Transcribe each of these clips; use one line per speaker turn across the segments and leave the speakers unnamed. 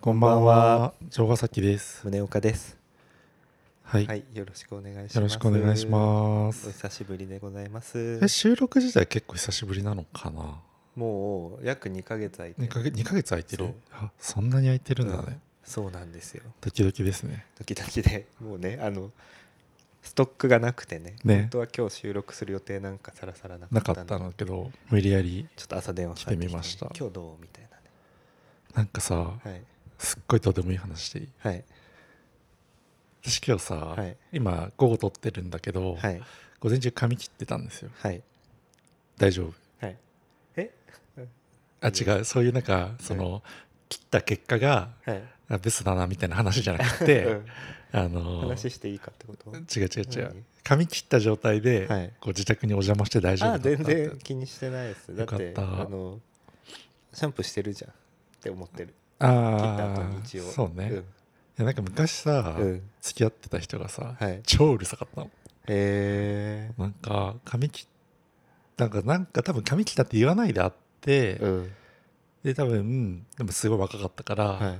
こんばんは。城ヶ崎です。
宗岡です。
はい。
はい、よろしくお願いします。
よろしくお願いしま
お
す。
久しぶりでございます
え。収録自体結構久しぶりなのかな。
もう約2ヶ月空いて
二ヶ月二ヶ月空いて
そ
る
う。
あ、そんなに空いてるんだ
う
ね
ん。そうなんですよ。
ドキドキですね。
時々でもうね、あのストックがなくてね。
ね
本当は今日収録する予定なんかさらさらな
な
か
か
っ
ったた
の
んだけど、無理やり
ちょっと朝電話
来てみました
かかってきね今日どうみたいなね。
なんかさ、
はい
すっごいどうでもいい話していい。
はい
私今日さ、
はい
今午後撮ってるんだけど、
はい
午前中髪切ってたんですよ。
はい
大丈夫。
はい。え？
あ、
いいよ
違う。そういうなんかその、切った結果が
はい。
あブスだなみたいな話じゃなく
う
て
ん、
あの
話していいかってこと？
違う違う違う
何
髪切った状態で、
はい
こう自宅にお邪魔して大丈夫だ
あ
ったっ
全
て
然気にしてないですだ
よ
っ
かってた
あのシャンプーしてるじゃんって思ってる切った後
あ
に
あ
一応
そうね、い
ん
やなんか昔さ、
うん
付き合ってた人がさ、
はい
超うるさかったの
え
なんか髪切っなんかなんか多分髪切ったって言わないであって、
ーうん
で多分でもすごい若かったから、
はい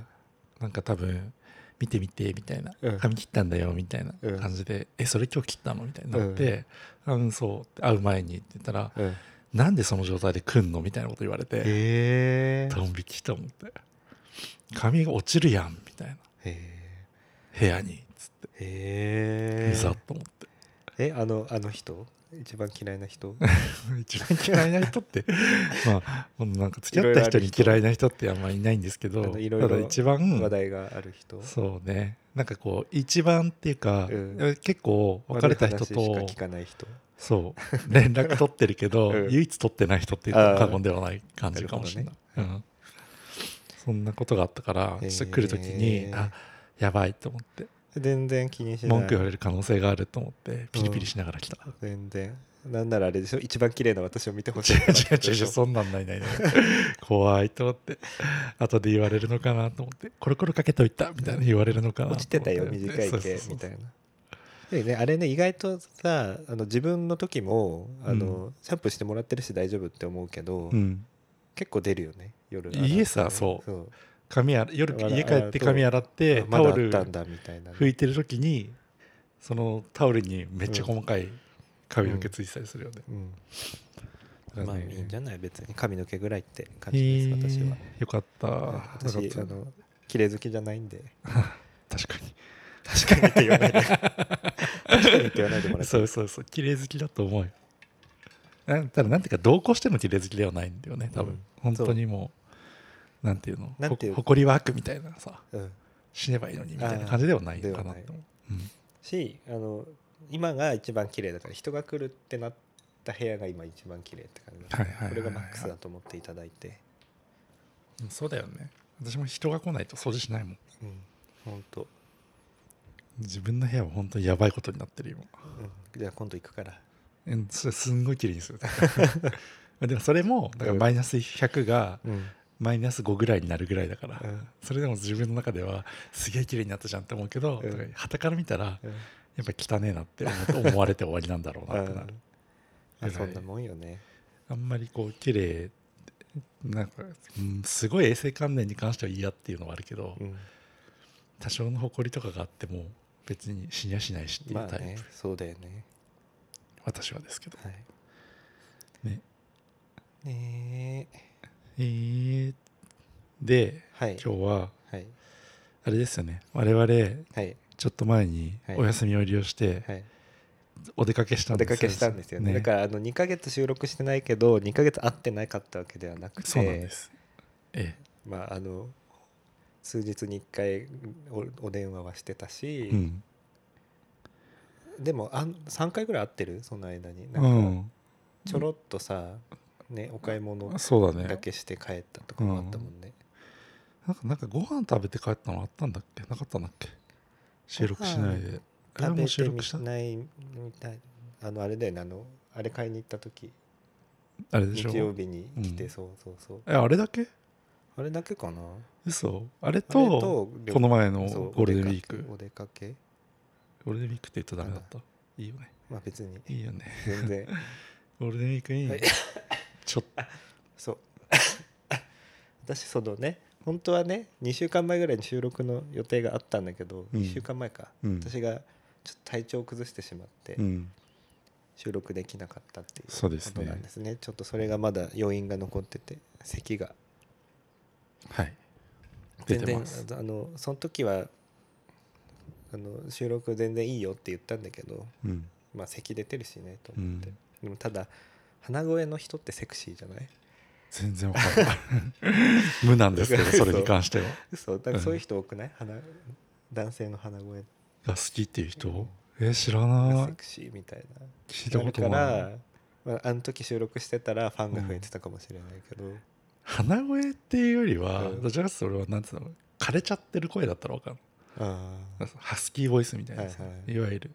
なんか多分見て見てみたいな、
うん
髪切ったんだよみたいな
うん
感じで、えそれ今日切ったのみたいになって、うん、そう会う前にって言ったら、
うん
なんでその状態で来んのみたいなこと言われて、
え
ドン引きと思って髪が落ちるやんみたいな
え
部屋につって
え
うざっと思って、
えあのあの人一番嫌いな人
一番嫌いな人って まあほんとなんか付き合った人に嫌いな人ってあんまりいないんですけど
あのいろいろ
ただ一番
話題がある人
そうねなんかこう一番っていうか、
うん
結構別れた人
悪い話
と
しか聞かない人
そう連絡取ってるけど、
うん
唯一取ってない人って言っても過言ではない感じかもしれない、
あー
うん、そんなことがあったから
へー
ちょっと来る時に、あやばいと思って
全然気にしない
文句言われる可能性があると思ってピリピリしながら来た、
全然なんならあれでしょ一番綺麗な私を見てほしい
違
から
う違う違う違うそんなんない ないない怖いと思って後で言われるのかなと思ってコロコロかけといたみたいな言われるのかなと思
落ちてたよ
って
短い
そうそう
毛
そう
みたいな。でねあれね意外とさあの自分の時もあの、
う
シャンプーしてもらってるし大丈夫って思うけど、
うん、
結構出るよね夜洗って
家さそう
そう
髪あ夜
まだ
家帰って髪洗って
あ
タ
まだ
オ
あっ
ル
たんだみたいなね、
拭いてる時にそのタオルにめっちゃ細かい髪の毛ついてたりするよね、
うん、
だか
まあ
ら
い
ね
いんじゃない別に髪の毛ぐらいって感じ
へ
です私
ー
は
よかった
私
よか
あ
った
の綺麗好きじゃないんで
確かに
確かにって言 わないで確かにって言わないでもらって
そうそうそう綺麗好きだと思うよなんただなんていうか同行しての綺麗好きではないんだよね多分、
うん
本当にもうなんていうの
なんていう
ほ誇りは悪みたいなさ
うん、
死ねばいいのにみたいな感じではないのかなって思う
しあの今が一番綺麗だから人が来るってなった部屋が今一番綺麗って感じだ
はいはいはいはい
これがマックスだと思っていただいて、
うんそうだよね私も人が来ないと掃除しないもん
うん、本当、
自分の部屋は本当にやばいことになってる今
うん、じゃあ今度行くから
うんそれすんごい綺麗に するでもそれもだからマイナス100が
うん、
マイナス5ぐらいになるぐらいだから、
うん
それでも自分の中ではすげえ綺麗になったじゃんって思うけど
うん
はた、から見たらやっぱ汚ねえなって思う思われて終わりなんだろうなってなる
あ
偉い
そんなもんよね
あんまりこう綺麗なんか、うん、すごい衛生観念に関しては嫌っていうのはあるけど、
うん
多少の誇りとかがあっても別に死にゃしないしっていう
ま
タ
あ
イプ、
ねそうだよね
私はですけど
はい
ね
ねえ
えーで
はい
今日は
はい
あれですよね我々
はい
ちょっと前に
はい
お休みを利用して
はい
お出かけした
お
んで
出
す
かけしたんですよねだからあの2ヶ月収録してないけど2ヶ月会ってなかったわけではなくて
そうなんですえ
まああの数日に1回おお電話はしてたし
え、うん
でもあん3回ぐらい会ってるその間に
う
なんか
ん
ちょろっとさ、ね、お買い物
そうだね
だけして帰ったとかもあったもんね、
なんかなんかご飯食べて帰ったのあったんだっけなかったんだっけ収録しないであれ
食べ
も収
て
録
み
した
ないみたいあのあれだよねあのあれ買いに行った時
あれでし
日曜
ょ
日に来て、
うん
そうそうそう
えあれだけ
あれだけかな
嘘あれ
あれ
と
旅
この前の
そう
ゴールデンウィーク
お出かけお出かけ
ゴールデンウィークって言っちゃダメだったいいよね
まあ別に
いいよね
全然
ゴールデンウィークに
はい
ちょっと
そう私そのね本当はね2週間前ぐらいに収録の予定があったんだけど、
うん
2週間前か、
うん
私がちょっと体調を崩してしまって、
うん
収録できなかったっていう
そうですね
ことなんですねちょっとそれがまだ余韻が残ってて咳が
はい出
全
て
然
ます
あのその時はあの収録全然いいよって言ったんだけど
うん
まあ咳出てるしねと思って、でもただ鼻声の人ってセクシーじゃない
全然わかんない無なんですけどそれに関しては
嘘だからそういう人多くない鼻男性の鼻声
が好きっていう人え知らな
がセ
い
クシーみたいな
聞いたこと
だか
ない
ら、まあ、あの時収録してたらファンが増えてたかもしれないけど、
鼻声っていうよりは
うん
どちらかというと俺はなんていうの枯れちゃってる声だったらわかん
あ
ないハスキーボイスみたいなさ、
はいはい
いわゆる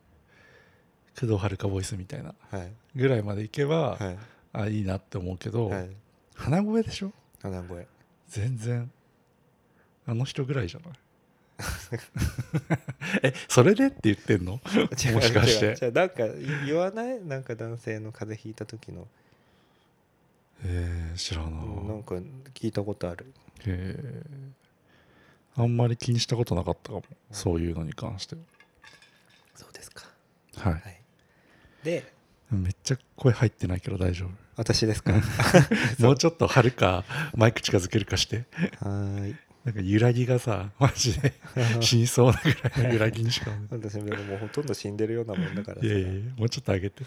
工藤遥ボイスみたいな
あはい
ぐらいまでいけば、
はい
あいいなって思うけど、
はい
鼻声でしょ
鼻声
全然あの人ぐらいじゃ ないえそれでって言ってんの もしかし
違う
て
違う違うなんか言わないなんか男性の風邪ひいた時の、
えー、知らない、
うんなん
へ
か聞いたことある
えあんまり気にしたことなかったかもそういうのに関して
そうですか
ははい
はいで
めっちゃ声入ってないけど大丈夫
私ですかは
もうちょっとはるかマイク近づけるかして
ーい
なんか揺らぎがさマジで死にそうなぐらいの揺らぎにしか
私ももうほとんど死んでるようなもんだか ら
いやいやいやもうちょっと上げて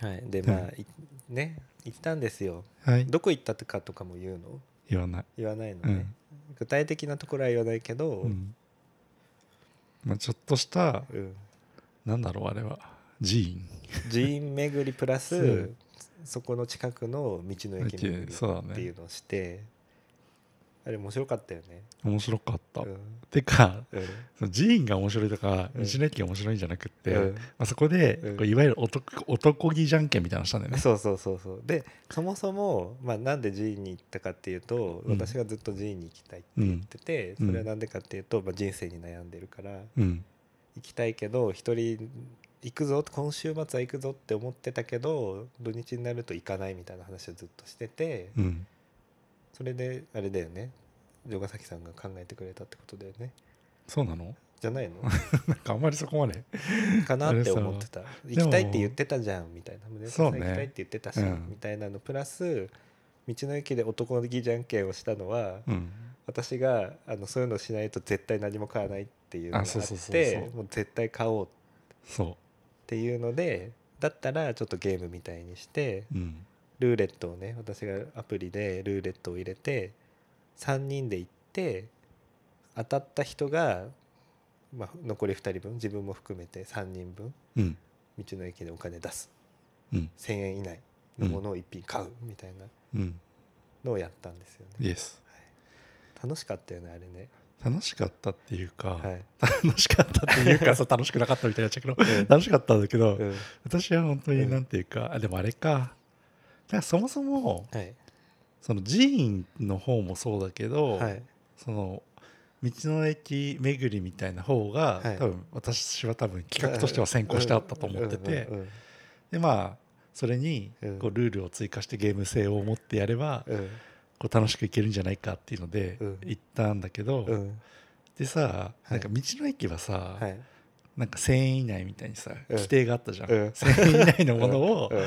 はい、でまあいね行ったんですよ
はい
どこ行ったかとかも言うの
言わない
言わないのね、具体的なところは言わないけど、
うんまあ、ちょっとした
うん
なんだろうあれは寺院
寺院巡りプラス、
うん
そこの近くの道の駅巡り
そうだね
っていうのをしてあれ面白かったよね、
面白かった、
うん
てか
うん
その寺院が面白いとか
うん
道の駅が面白いんじゃなくって、
うん
まあ、そこで
うん
こういわゆる男男気じゃんけんみたいなのしたんだよね
そうそうそうそうでそもそも、まあ、なんで寺院に行ったかっていうと、
うん
私がずっと寺院に行きたいって言ってて、
うん
それはなんでかっていうと、まあ、人生に悩んでるから
うん
行きたいけど一人行くぞ今週末は行くぞって思ってたけど土日になると行かないみたいな話をずっとしてて、
うん
それであれだよね城ヶ崎さんが考えてくれたってことだよね
そうなの
じゃな いの
なんかあんまりそこまで
かなって思ってた行きたいって言ってたじゃんみたいな胸岡さん
そうね
行きたいって言ってたし、
うん
みたいなのプラス道の駅で男気じゃんけんをしたのは、
うん
私があのそういうのしないと絶対何も買わないっていうのがあっ
あそうそうそう
て
そう
もう絶対買おうっ
そ
ていうのでだったらちょっとゲームみたいにして
ううん
ルーレットをね私がアプリでルーレットを入れて3人で行って当たった人が、まあ、残り2人分自分も含めて3人分
うん
道の駅でお金出す
うん
1,000円以内のものを1品買うみたいな
うん
のをやったんですよね
イエス
楽しかったよねあれね
楽しかったっていうか、
はい、
楽しかったっていう かさ楽しくなかったみたいになっちゃうけど
うん
楽しかったんだけど、
うん
私は本当に
うん
なんていうか、あでもあれかだからそもそも
はい
その寺院の方もそうだけど、
はい
その道の駅巡りみたいな方が、
はい
多分私は多分企画としては先行してあったと思ってて、
うんうん
でまあそれに
うん
こうルールを追加してゲーム性を持ってやれば、
うん
こう楽しくいけるんじゃないかっていうので
うん
行ったんだけど、
うんうん
でさ
い
なんか道の駅はさ、
はい
なんか1,000円以内みたいにさ
うん
規定があったじゃん、
うん
1,000円以内のものを
うん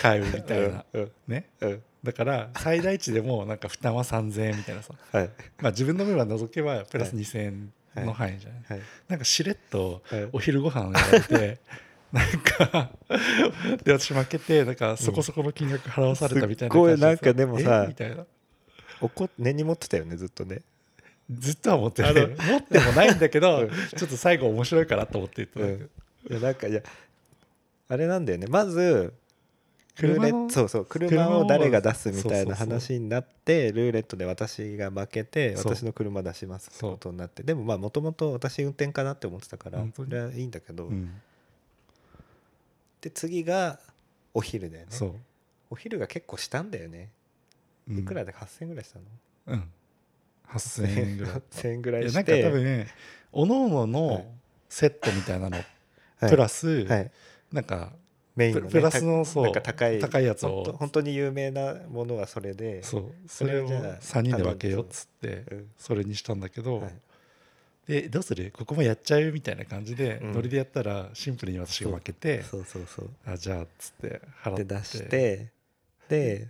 買うみたいな、
うん
ね
うん
だから最大値でもなんか負担は3,000円みたいなさ
はい
まあ自分の分は除けばプラス2,000円の範囲じゃない、
はい
なんかしれっと
はい
お昼ご飯をやられて なんかで私負けてなんかそこそこの金額払わされたみたいな
すっごい
感じ
なんかでもさ
えみたいな
怒っ根に持ってたよねずっとね
ずっとは持ってな
あ
い
の
持ってもないんだけど、
うん
ちょっと最後面白いかなと思って言っただけ
うんいやなんかいやあれなんだよねまずルー
車
レ
の
そうそう車を誰が出すみたいな
そうそうそう
話になってルーレットで私が負けて
そう
私の車出しますってことになってでもまあもともと私運転かなって思ってたから
本当
そ
に
れはいいんだけど
うん
で次がお昼だよね
そう
お昼が結構したんだよね
うん
いくらで8000円ぐらいしたの
うん8,000円 ぐらい
8000円ぐら
い
い
やな
し
んか
て
多分おのおの
はい
のセットみたいなの、
はい
プラス、
はい
なんか
メインの、ね、
プラスのそう
なんか高い
高いやつ
ほんと
を
本当に有名なものはそれで
そうそ
そ
れ
れ
を
をじゃあ
3人で分けようっつって
うん
それにしたんだけど、
はい
でどうするここもやっちゃうみたいな感じで、
うん
ノリでやったらシンプルに私が分けて
そうそうそう
あじゃあっつって払っ
で
て
出してで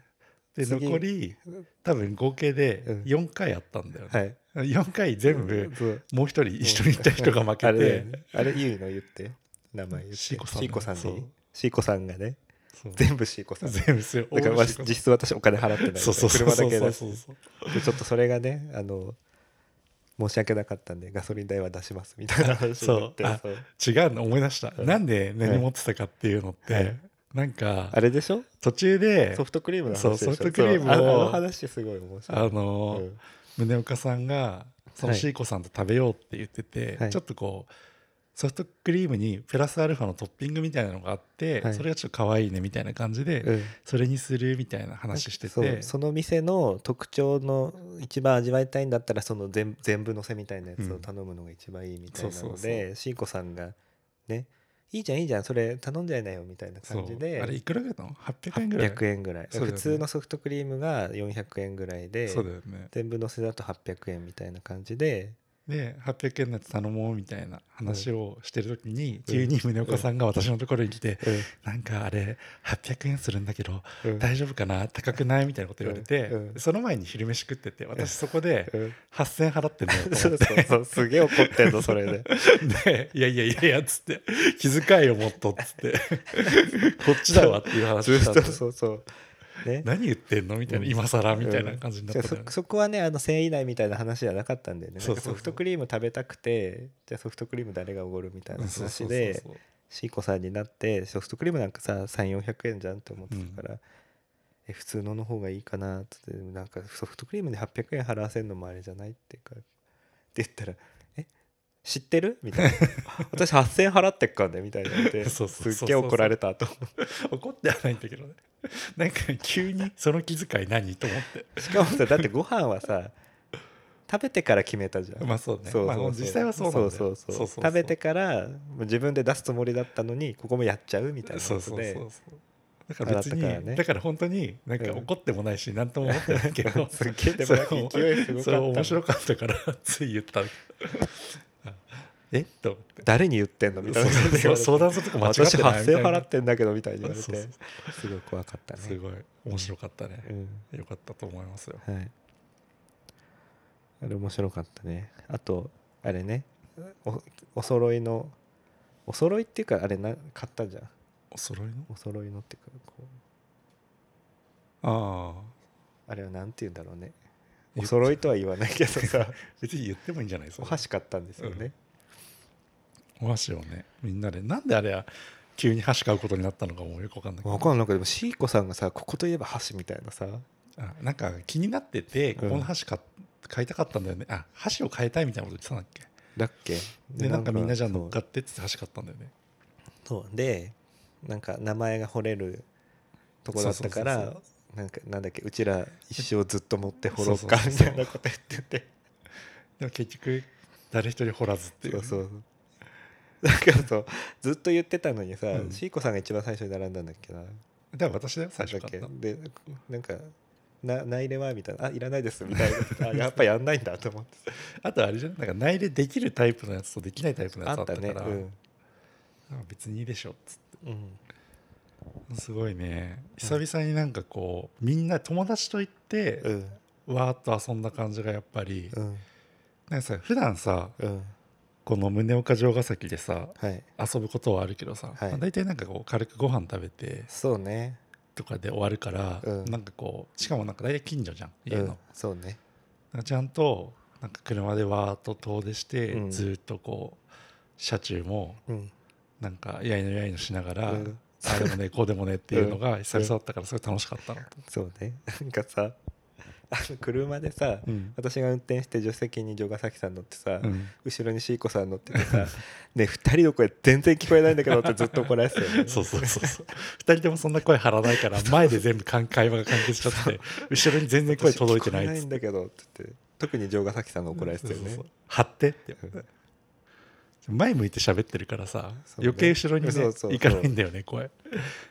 で
次
残り多分合計で
うん
4回あったんだよね、
はい
4回全部
そう
もう一人一緒に行った人が負
あ
け
れだ
て
よねあれいいの言って名前言って
シーコさん
シーコさんでい
そ
いうシーコさんがね
そう
全部シーコさん
全部ですよ
だから
オール
私
シーコ
実質私お金払ってない
そうそうそう
車
そ
だ
う
け
そう
だ
そ
し
うそう
でちょっとそれがねあの申し訳なかったんでガソリン代は出しますみたいな話になって
そうあ
そう
違うの思い出した、
うん
なんで何持ってたかっていうのって、
はい
なんか
あれでしょ
途中で
ソフトクリームの話
そう
でしょ
ソフトクリームを
そうああの話すごい面白い
あの、
うん
宗岡さんがその
はい
シーコさんと食べようって言ってて、
はい
ちょっとこうソフトクリームにプラスアルファのトッピングみたいなのがあって、
はい
それがちょっと可愛いねみたいな感じで、
うん
それにするみたいな話して
そ
て
うその店の特徴の一番味わいたいんだったらその全全部のせみたいなやつを頼むのが一番いいみたいな
そうそう
の
そ
でシーコさんがねいいじゃんいいじゃんそれ頼んじゃいなよみたいな感じ
そうあれ
で
いくらぐらいなの ?800 円ぐらい
800円ぐらい
そうだよね
普通のソフトクリームが400円ぐらいで
そうだよね
全部のせだと800円みたいな感じで
で800円のやつ頼もうみたいな話をしてる時に、急に宗岡さんが私のところに来て、なんかあれ800円するんだけど
うんうん
大丈夫かな高くないみたいなこと言われて、
うんうん
その前に昼飯食ってて私そこで
うん
8000円払ってんだよと思って
そうそうそうすげえ怒ってんのそれ で
で「いやいやいやいや」っつって「気遣いをもっと」っつって 「こっちだわ」っていう
ず
話し
った
ん
と
で
そうそうね
何言ってんのみたいな
うん
今更みたいな感じになったんだ
そ
よね
そこはねあの1000円以内みたいな話じゃなかったんだよねなん
そう
か
そうそう
ソフトクリーム食べたくてじゃあソフトクリーム誰がおごるみたいな
そうそ
話
うそう
で
そう
シーコさんになってソフトクリームなんかさ3400円じゃんって思ってたから、え普通のの方がいいかなっつってなんかソフトクリームで800円払わせるのもあれじゃないっていうかって言ったら「え知ってる?」みたいな「私8000円払ってっからね」みたいなので
そうそうそうそう
すっげえ怒られたと思
怒ってはないんだけどねなんか急に「その気遣い何?」と思って
うしかもさだってご飯はさ食べてから決めたじゃ ん
まあそうね
そうそう
まあ
そう
実際はそうなんだよ
そうそうそう
そうそうそう
食べてから自分で出すつもりだったのにここもやっちゃうみたいな
そう
こと
そう
で
そうそうだから別に
あなたからね
だから本当になんか
うん
怒ってもないし何とも思ってないけ ど
すっげえでもなんか勢いすごかった
それ面白かったからつい言ったんだけどあ えっと思って
誰に言ってんのみたいな
そうそうそう相談するとこ間違ってない
私
み
発
たい
生
な
払ってんだけどみたいに言われて
そうそう
すごい怖かったね
すごい面白かったね、
うん
よかったと思いますよ
はいあれ面白かったねあとあれねおお揃いのお揃いっていうかあれな買ったじゃん
お揃いの
お揃いのっていうかこう
ああ
あれはなんて言うんだろうね
言
お
っ
揃いとは言わないけど さ
別に言ってもいいんじゃないです
お
か
箸買ったんですよね、
お箸をねみんなでなんであれは急に箸買うことになったのかもよくわかんないけ
わ
ど
かんないけどでもシーコさんがさここといえば箸みたいなさ
あなんか気になっててここの箸買っ買いたかったんだよねあ箸を変えたいみたいなこと言ってたんだっけ
だっけ
でなんかみんなじゃあ
そう
乗っかってっつって箸買ったんだよね
そうでなんか名前が掘れるとこだった
そ
か
うそう
ら
そう
なんかなんだっけうちら一生ずっと持って掘ろう
そう
か
そう
み
そう
たいなこと言って
でも結局誰一人掘らずって
て
いう
そう
ね
そうだからそうずっと言ってたのにさ
うん
シーコさんが一番最初に並んだんだっけな
だから私だよ最
だ
初
っ
買
け
ったの
でなんかな「内入れは?」みたいな「あいらないです」みたいなあやっぱやんないんだと思って
あとあれじゃないなんか内入れできるタイプのやつとできないタイプのや
あ
つあ
っ
った
た
か
ね
ら
うん
あ別にいいでしょっつって
うん
すごいね
う
久
ん
々になんかこうみんな友達と行って
うん
わーっと遊んだ感じがやっぱり
うん
なんかさ普段さ
うん
この宗岡城ヶ崎でさ
はい
遊ぶことはあるけどさ、
はい
まあ、大体なんかこう軽くご飯食べて
そうね
とかで終わるから、
うん
なんかこうしかもなんか大体近所じゃん家
う
の、
んそうね
なんかちゃんとなんか車でわーっと遠出して、
うん
ずーっとこう車中も
うん
なんかやいのやいのしながら、
うん
あれもねこうでもねっていうの が久々だったからすごい楽しかったなと、
そうね なんかさあの車でさ、
うん
私が運転して助手席に城ヶ崎さん乗ってさ、
うん
後ろにシーコさん乗っててさ「ね二人の声全然聞こえないんだけど」ってずっと怒られてたよ ね
そうそうそうそう2人ともそんな声張らないから前で全部かん会話が完結しちゃって後ろに全然声届いてない
私聞こえ
っ
ない
つっ
ん
て
だけどって言って特に城ヶ崎さんが怒られてたよね
そうそうそう張ってって
うん
前向いて喋ってるからさ、
そうね
余計後ろにね
そうそうそう
行かないんだよね声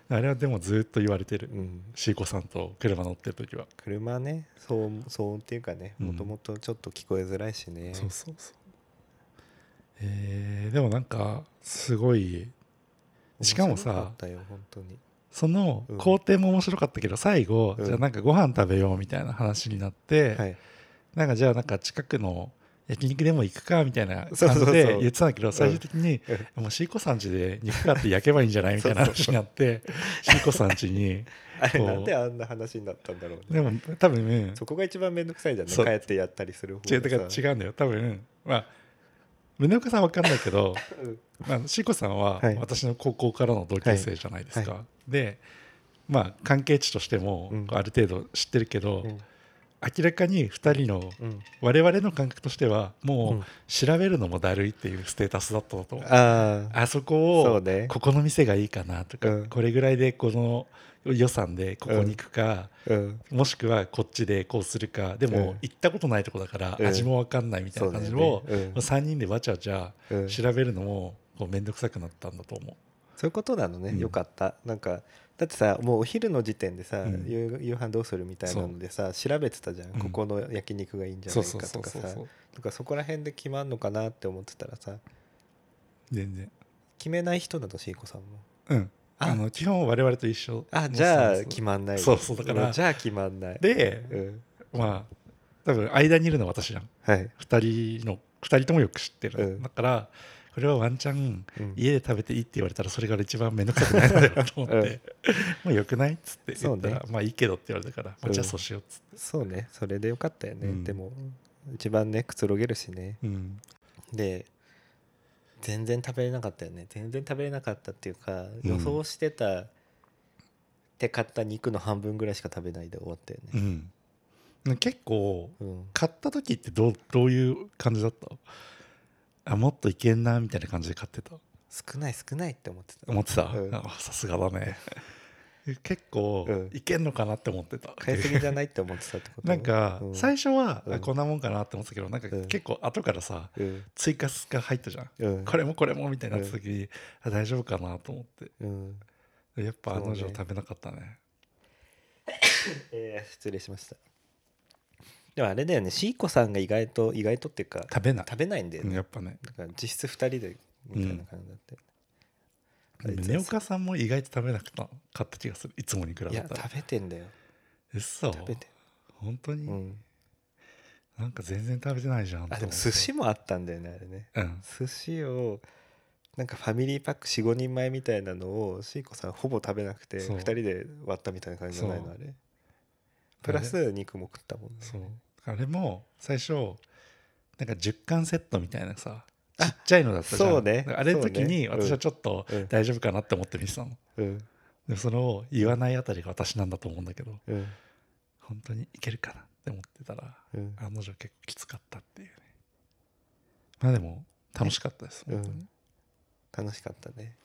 あれはでもずっと言われてる
うん、
シーコさんと車乗ってる時は、
車ね騒騒音っていうかね
うん
もともとちょっと聞こえづらいしね、
そうそうそうえーでもなんかすごいしかもさ
面白ったよ本当に
その
うん
工程も面白かったけど最後、
うん
じゃあなんかご飯食べようみたいな話になって、
はい
なんかじゃあなんか近くの焼肉でも行くかみたいな
そうそう
感
そ
じ
う
で言ってたんだけど最終的に
うん
もうシーコさん家で肉買って焼けばいいんじゃないみたいな
そうそう
話になってシーコさん家に
あれ
こう
なんであんな話になったんだろうね
でも多分ね
そこが一番面倒くさいじゃんね
そう
帰ってやったりする方
違うだから違うんだよ多分まあ宗岡さんわかんないけ ど、
う、うん
まあ、シーコさんは
はい
私の高校からの同級生じゃないですか、でまあ関係値としても
うん
ある程度知ってるけど、
うん
明らかに2人の
うん
我々の感覚としては
う
も
ん
う調べるのもだるいっていうステータスだったと思う、
ああ
あそこ
そう
を
ね
ここの店がいいかなとか、
うん
これぐらいでこの予算でここに行くか、
うん
もしくはこっちでこうするかで
う
も
ん
行ったことないとこだから
うん
味も分かんないみたいな感じ
そ
を
うだよねうん
3人でわちゃわちゃ
うん
調べるのもこう面倒くさくなったんだと思
そういうことなのね、
うん
よかったなんかだってさもうお昼の時点でさ、
うん
夕夕飯どうするみたいなのでさ調べてたじゃん、
うん
ここの焼肉がいいん
う
じゃな
そ
いう
そう
か
そ
と
う
か
そ
さ
うそう
とかそこら辺で決まんのかなって思ってたらさ
全然
決めない人だとしいこさんも
うん
あ
あの基本我々と一緒
あじゃ
そ
あ
うそう
決まんない
そうそうだから
んじゃあ決まんない
で
うん、
まあ多分間にいるのは私じゃん
はい、
2人の2人ともよく知ってる、
うん
だからこれはワンチャン
うん
家で食べていいって言われたらそれが一番面倒くさくないのだよなと思って、
うん
もうよくないっつって言
そう
っ
ね
たら、まあいいけどって言われたから、ま
う
あ、
ん
じゃあそうしようっつって、
そうねそれでよかったよね、
うん
でも一番ねくつろげるしね
うん
で全然食べれなかったよね全然食べれなかったっていうか
うん
予想してたって買った肉の半分ぐらいしか食べないで終わったよね、
うん結構
うん、
買った時ってどうどういう感じだったあもっといけんなみたいな感じで買ってた
少ない少ないって思ってた
思ってた、
うん
あさすがだね 結構
うん
いけんのかなって思ってた
買いすぎじゃないって思ってたってこと
なんか
うん
最初は
うん
あこんなもんかなって思ってたけどなんか
うん
結構後からさ
うん
追加が入ったじゃん
うん
これもこれもみたいになった時にあ大丈夫かなと思って
うん
やっぱあの
そ
女
うね
食べなかったね
えー失礼しましたでもあれだよねシーコさんが意外と意外とっていうか
食べない
食べないんだよ
うん
ね
やっぱね
だから実質2人でみたいな感じだって、あいつ
宗岡さんも意外と食べなくたかった気がするいつもに比べ
い
た
や
ら
食べてんだよ
うそ
食べて
本当
る、う
に
ん、
なんか全然食べてないじゃん
あでも
と思って
寿司もあったんだよねあれね
うん
寿司をなんかファミリーパック45人前みたいなのをシーコさんほぼ食べなくて
そう
2人で割ったみたいな感じじゃない
そ
の
う
あれプラス肉も食ったもんね
そうあれも最初なんか10巻セットみたいなさちっちゃいのだったじゃん
そうね
あれの時に
そうねうん
私はちょっと
うん
大丈夫かなって思って見てたの
うん
でもその言わないあたりが私なんだと思うんだけど
うん
本当にいけるかなって思ってたら
うん
案の定結構きつかったっていうねまあでも楽しかったです
うん
本当に、
楽しかったね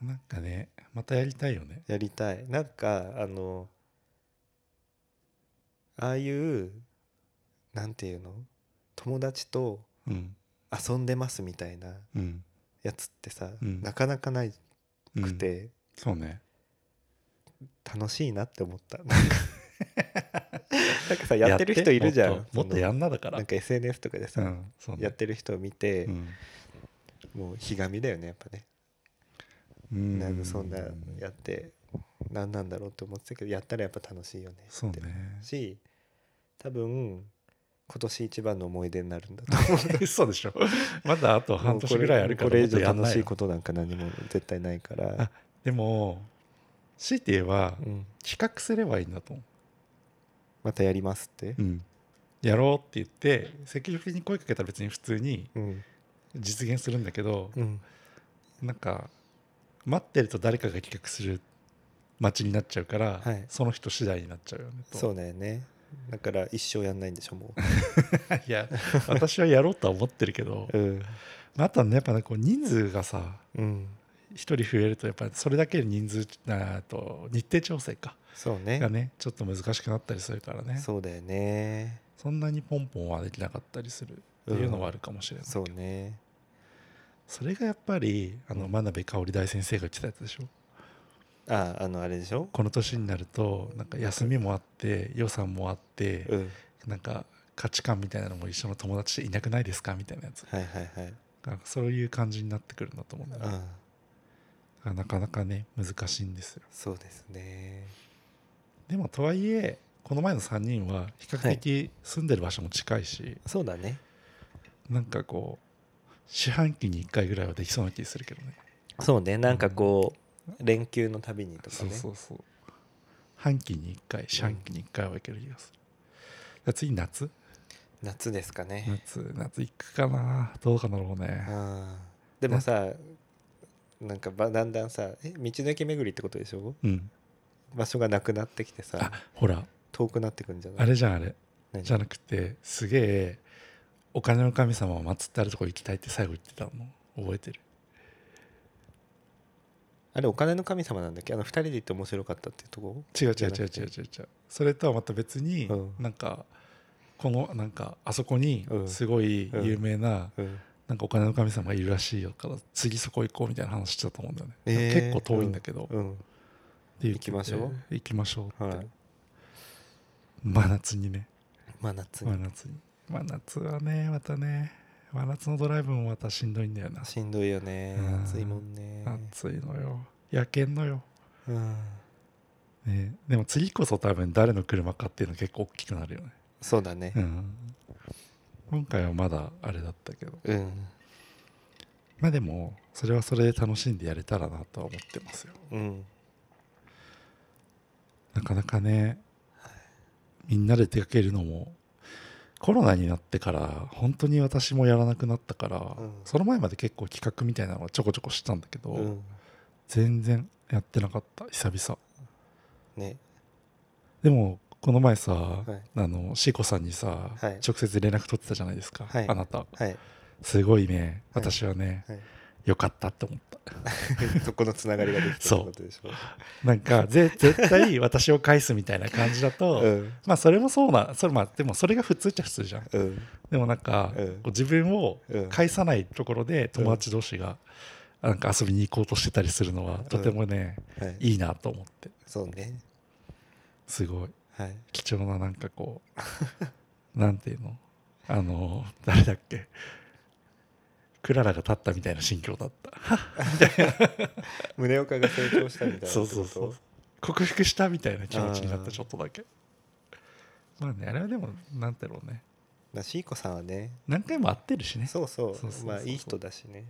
なんかねまたやりたいよね
やりたいなんかあのああいうなんていうの友達と
うん
遊んでますみたいな
うん
やつってさ、
うん
なかなかな
うん
くて、
そうね
楽しいなって思ったなんか なんかさやってる人いるじゃん
もっともっとやんなだから
なんか SNS とかで
う
さ、
んそうね
やってる人を見て
う、ん
もうひがみだよねやっぱね、
うん
なんでそんなやって何なんだろうって思ってたけどやったらやっぱ楽しいよねって
そうね
し多分今年一番の思い出になるんだと思う
嘘でしょまだあと 半年ぐらいあるから
もうこれ
もっ
以上
とやん
楽
ない
しい
よ
ことなんか何も絶対ないから
あでも強いて言えば
うん
企画すればいいんだと思
またやりますって
う、やろうって言って積極的に声かけたら別に普通に
うん
実現するんだけど、
うん
なんか待ってると誰かが企画する街になっちゃうから、
はい
その人次第になっちゃうよねと
そうだよねだから一生やんないんでしょも
いや私はやろうとは思ってるけど
ううん
まああとはねやっぱねこう人数がさ
うん
一人増えるとやっぱりそれだけで人数あと日程調整か
そうね
がねちょっと難しくなったりするからね
そうだよね
そんなにポンポンはできなかったりするっていうのはあるかもしれない、
そうね
それがやっぱりあの真鍋かおり大先生が言ってたやつでしょ
ああのあれでしょ
この年になるとなんか休みもあって予算もあって、
うん
なんか価値観みたいなのも一緒の友達でいなくないですかみたいなやつ
はいはいはい
なんかそういう感じになってくるんだと思うんだよね
うん
だからなかなかね難しいんですよ
そうですね
でもとはいえこの前の3人は比較的住んでる場所も近いし、
そうだね
なんかこう四半期に1回ぐらいはできそうな気するけどね
そうねなんかこう、連休のたびにとか
そう
ね
そうそう半期に1回四半期に1回はいける気がする、じゃあ次夏
夏ですかね、
夏夏行くかなどうかなろうね
あーでもさなんかばだんだんさえ道の駅巡りってことでしょ
うん
場所がなくなってきて
あ
さ
ほら
遠くなってくんじゃない
あれじゃんあれ
何
じゃなくてすげえお金の神様を祀ってあるとこ行きたいって最後言ってたの覚えてる
あれお金の神様なんだっけあの2人で行って面白かったっていうとこ
違う違
じゃ
う
な
違う違
くて
う違う違うそれとはまた別に、
うん
なんかこのなんかあそこに
うん
すごい有名な、
うん
なんかお金の神様がいるらしいよから次そこ行こうみたいな話してたと思うんだよね、
えー
結構遠いんだけど、
うん
で言ってて
行きましょう
行きましょうって、
はい
真夏にね
真夏
真
に
夏に真夏はねまたね真夏のドライブもまたしんどいんだよな
しんどいよね
うん
暑いもんね
暑いのよ夜景のよ、
うん
ね、でも次こそ多分誰の車かっていうの結構大きくなるよね
そうだね
うん今回はまだあれだったけど
うん
まあでもそれはそれで楽しんでやれたらなとは思ってますよ
うん
なかなかねみんなで出かけるのもコロナになってから本当に私もやらなくなったから、
うん
その前まで結構企画みたいなのはちょこちょこしてたんだけど、
うん
全然やってなかった久々
ね
でもこの前さ、
い
あのシーコさんにさ、
はい
直接連絡取ってたじゃないですか、
はい
あなた
はい
すごいね
はい
私はね、
はい
良かったって思った
そこのつながりができたってことでしょ
なんかぜ絶対 私を返すみたいな感じだと、
うん
まあそれもそうなそれまあでもそれが普通っちゃ普通じゃん
うん
でもなんか、
うん
こう自分を
うん
返さないところで友達同士がなんか遊びに行こうとしてたりするのはとてもね、
はい
いいなと思って
そうね
すごい
はい
貴重ななんかこう なんていうのあの誰だっけクララが立ったみたいな心境だった
宗岡が成長したみたいな
そうそうそう克服したみたいな気持ちになっ
あー
たちょっとだけまあねあれはでもなんだろうね
なシーコさんはね
何回も会ってるしね
そうそう
そうそうそう
まあいい人だしね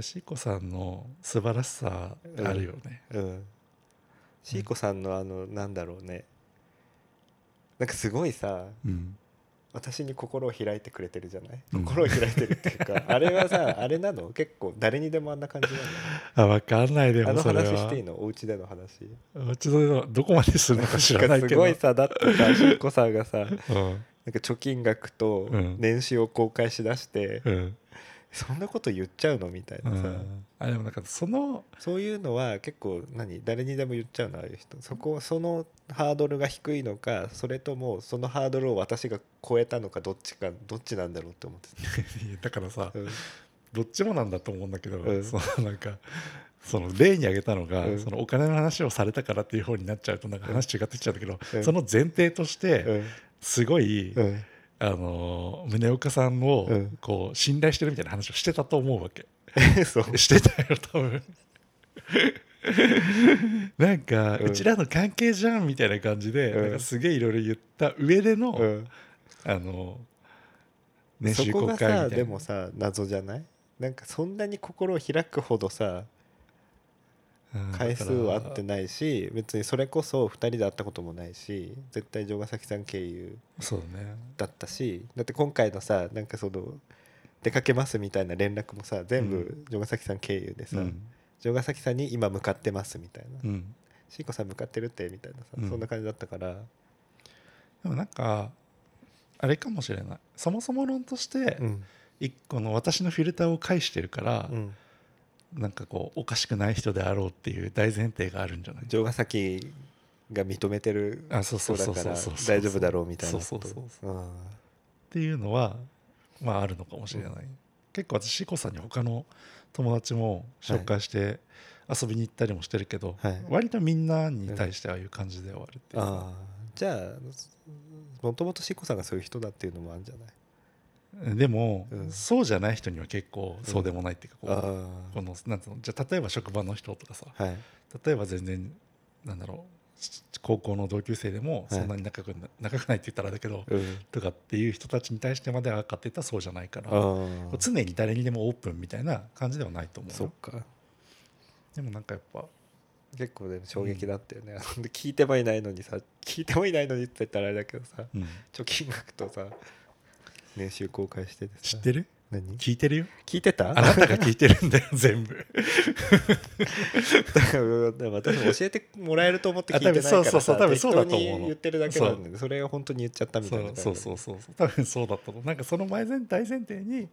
シーコさんの素晴らしさあるよね、
うんシーコさんのあのなんだろうねなんかすごいさ
うん、
私に心を開いてくれてるじゃない
うん
心を開いてるっていう かあれはさあれなの結構誰にでもあんな感じな
あ分かんないで
のあ
も
の
それは
話していいのお家での話
うちのどこまでするのか知らないけ
す
ど
ごいさだってさシーコさん がさ
うん
なんか貯金額と
うん
年収を公開しだして、
うん
そんなこと言っちゃうのみたいうなさ、
んあでもなんかその
そういうのは結構何誰にでも言っちゃうのああいう人そこそのハードルが低いのかそれともそのハードルを私が超えたのかどっちかどっちなんだろうって思ってた、
いやだからさ
うん
どっちもなんだと思うんだけど、
うん
そのなんかその例に挙げたのが、
うん
そのお金の話をされたからっていう方になっちゃうとなんか話違ってきちゃうんだけど、
うん
その前提として、すごい、
うん うん
あのー宗岡さんを、
うん
こう信頼してるみたいな話をしてたと思うわけ
そう
してたよ多分 なんか、う
うん
ちらの関係じゃんみたいな感じで、
うん
なんかすげえいろいろ言った上での、
うん
あのー年
そ
収
こ
公開
が
みたい
さ
な
でもさ謎じゃないなんかそんなに心を開くほどさ
うん
回数は合
だ
っ
か
てないし別にそれこそ2人で会ったこともないし絶対城ヶ崎さん経由
らそうだね
だったしだって今回のさなんかその出かけますみたいな連絡もさ
う
全部城ヶ崎さん経由でさ、
うん
城ヶ崎さんに今向かってますみたいな、
うん
シーコさん向かってるってみたいなさ、
うん
そんな感じだったから
でもなんかあれかもしれないそもそも論として
うん
一個の私のフィルターを介してるから、
うん
なんかこうおかしくない人であろうっていう大前提があるんじゃない
城ヶ崎が認めてる
あそうそう
人
そう
だ
そ
か
うそう
ら
そうそう
大丈夫だろうみたいな
そう
こ
そうそう
とうん
っていうのはまああるのかもしれない、結構私しこさんに他の友達も紹介して遊びに行ったりもしてるけど、
はい
割とみんなに対してああいう感じではあるっていうか、
ああじゃあもともとしこさんがそういう人だっていうのもあるんじゃない
でも、
うん
そうじゃない人には結構そうでもないっていうか、こうこ
あ
のなんつうのじゃあ例えば職場の人とかさ
あはい
例えば全然なんだろうし高校の同級生でも
はい
そんなに仲良くな,、仲良くないって言ったらあれだけど、
うん
とかっていう人たちに対してまではかって言ったらそうじゃないから、こ
あ
う
あ
常に誰にでもオープンみたいな感じではないと思う
そっ
よ
か
でもなんかやっぱ
結構でも衝撃だったよね、 聞いてもいないのにさ聞いてもいないのにって言ったらあれだけどさ
うん
貯金額とさ年収公開してて
知
さ
ってる
何
聞いてるよ
聞いてた
あなたが聞いてるんだよ全部
だから 私も教えてもらえると思って聞いてないから
あ多分そうそうそう
さ
多分そうだと思うの
適当に言ってるだけなんだけどそれを本当に言っちゃったみた
そ
いな
う
感じ
そうそうそうそう多分そうだったと思うなんかその前前大前提に
うん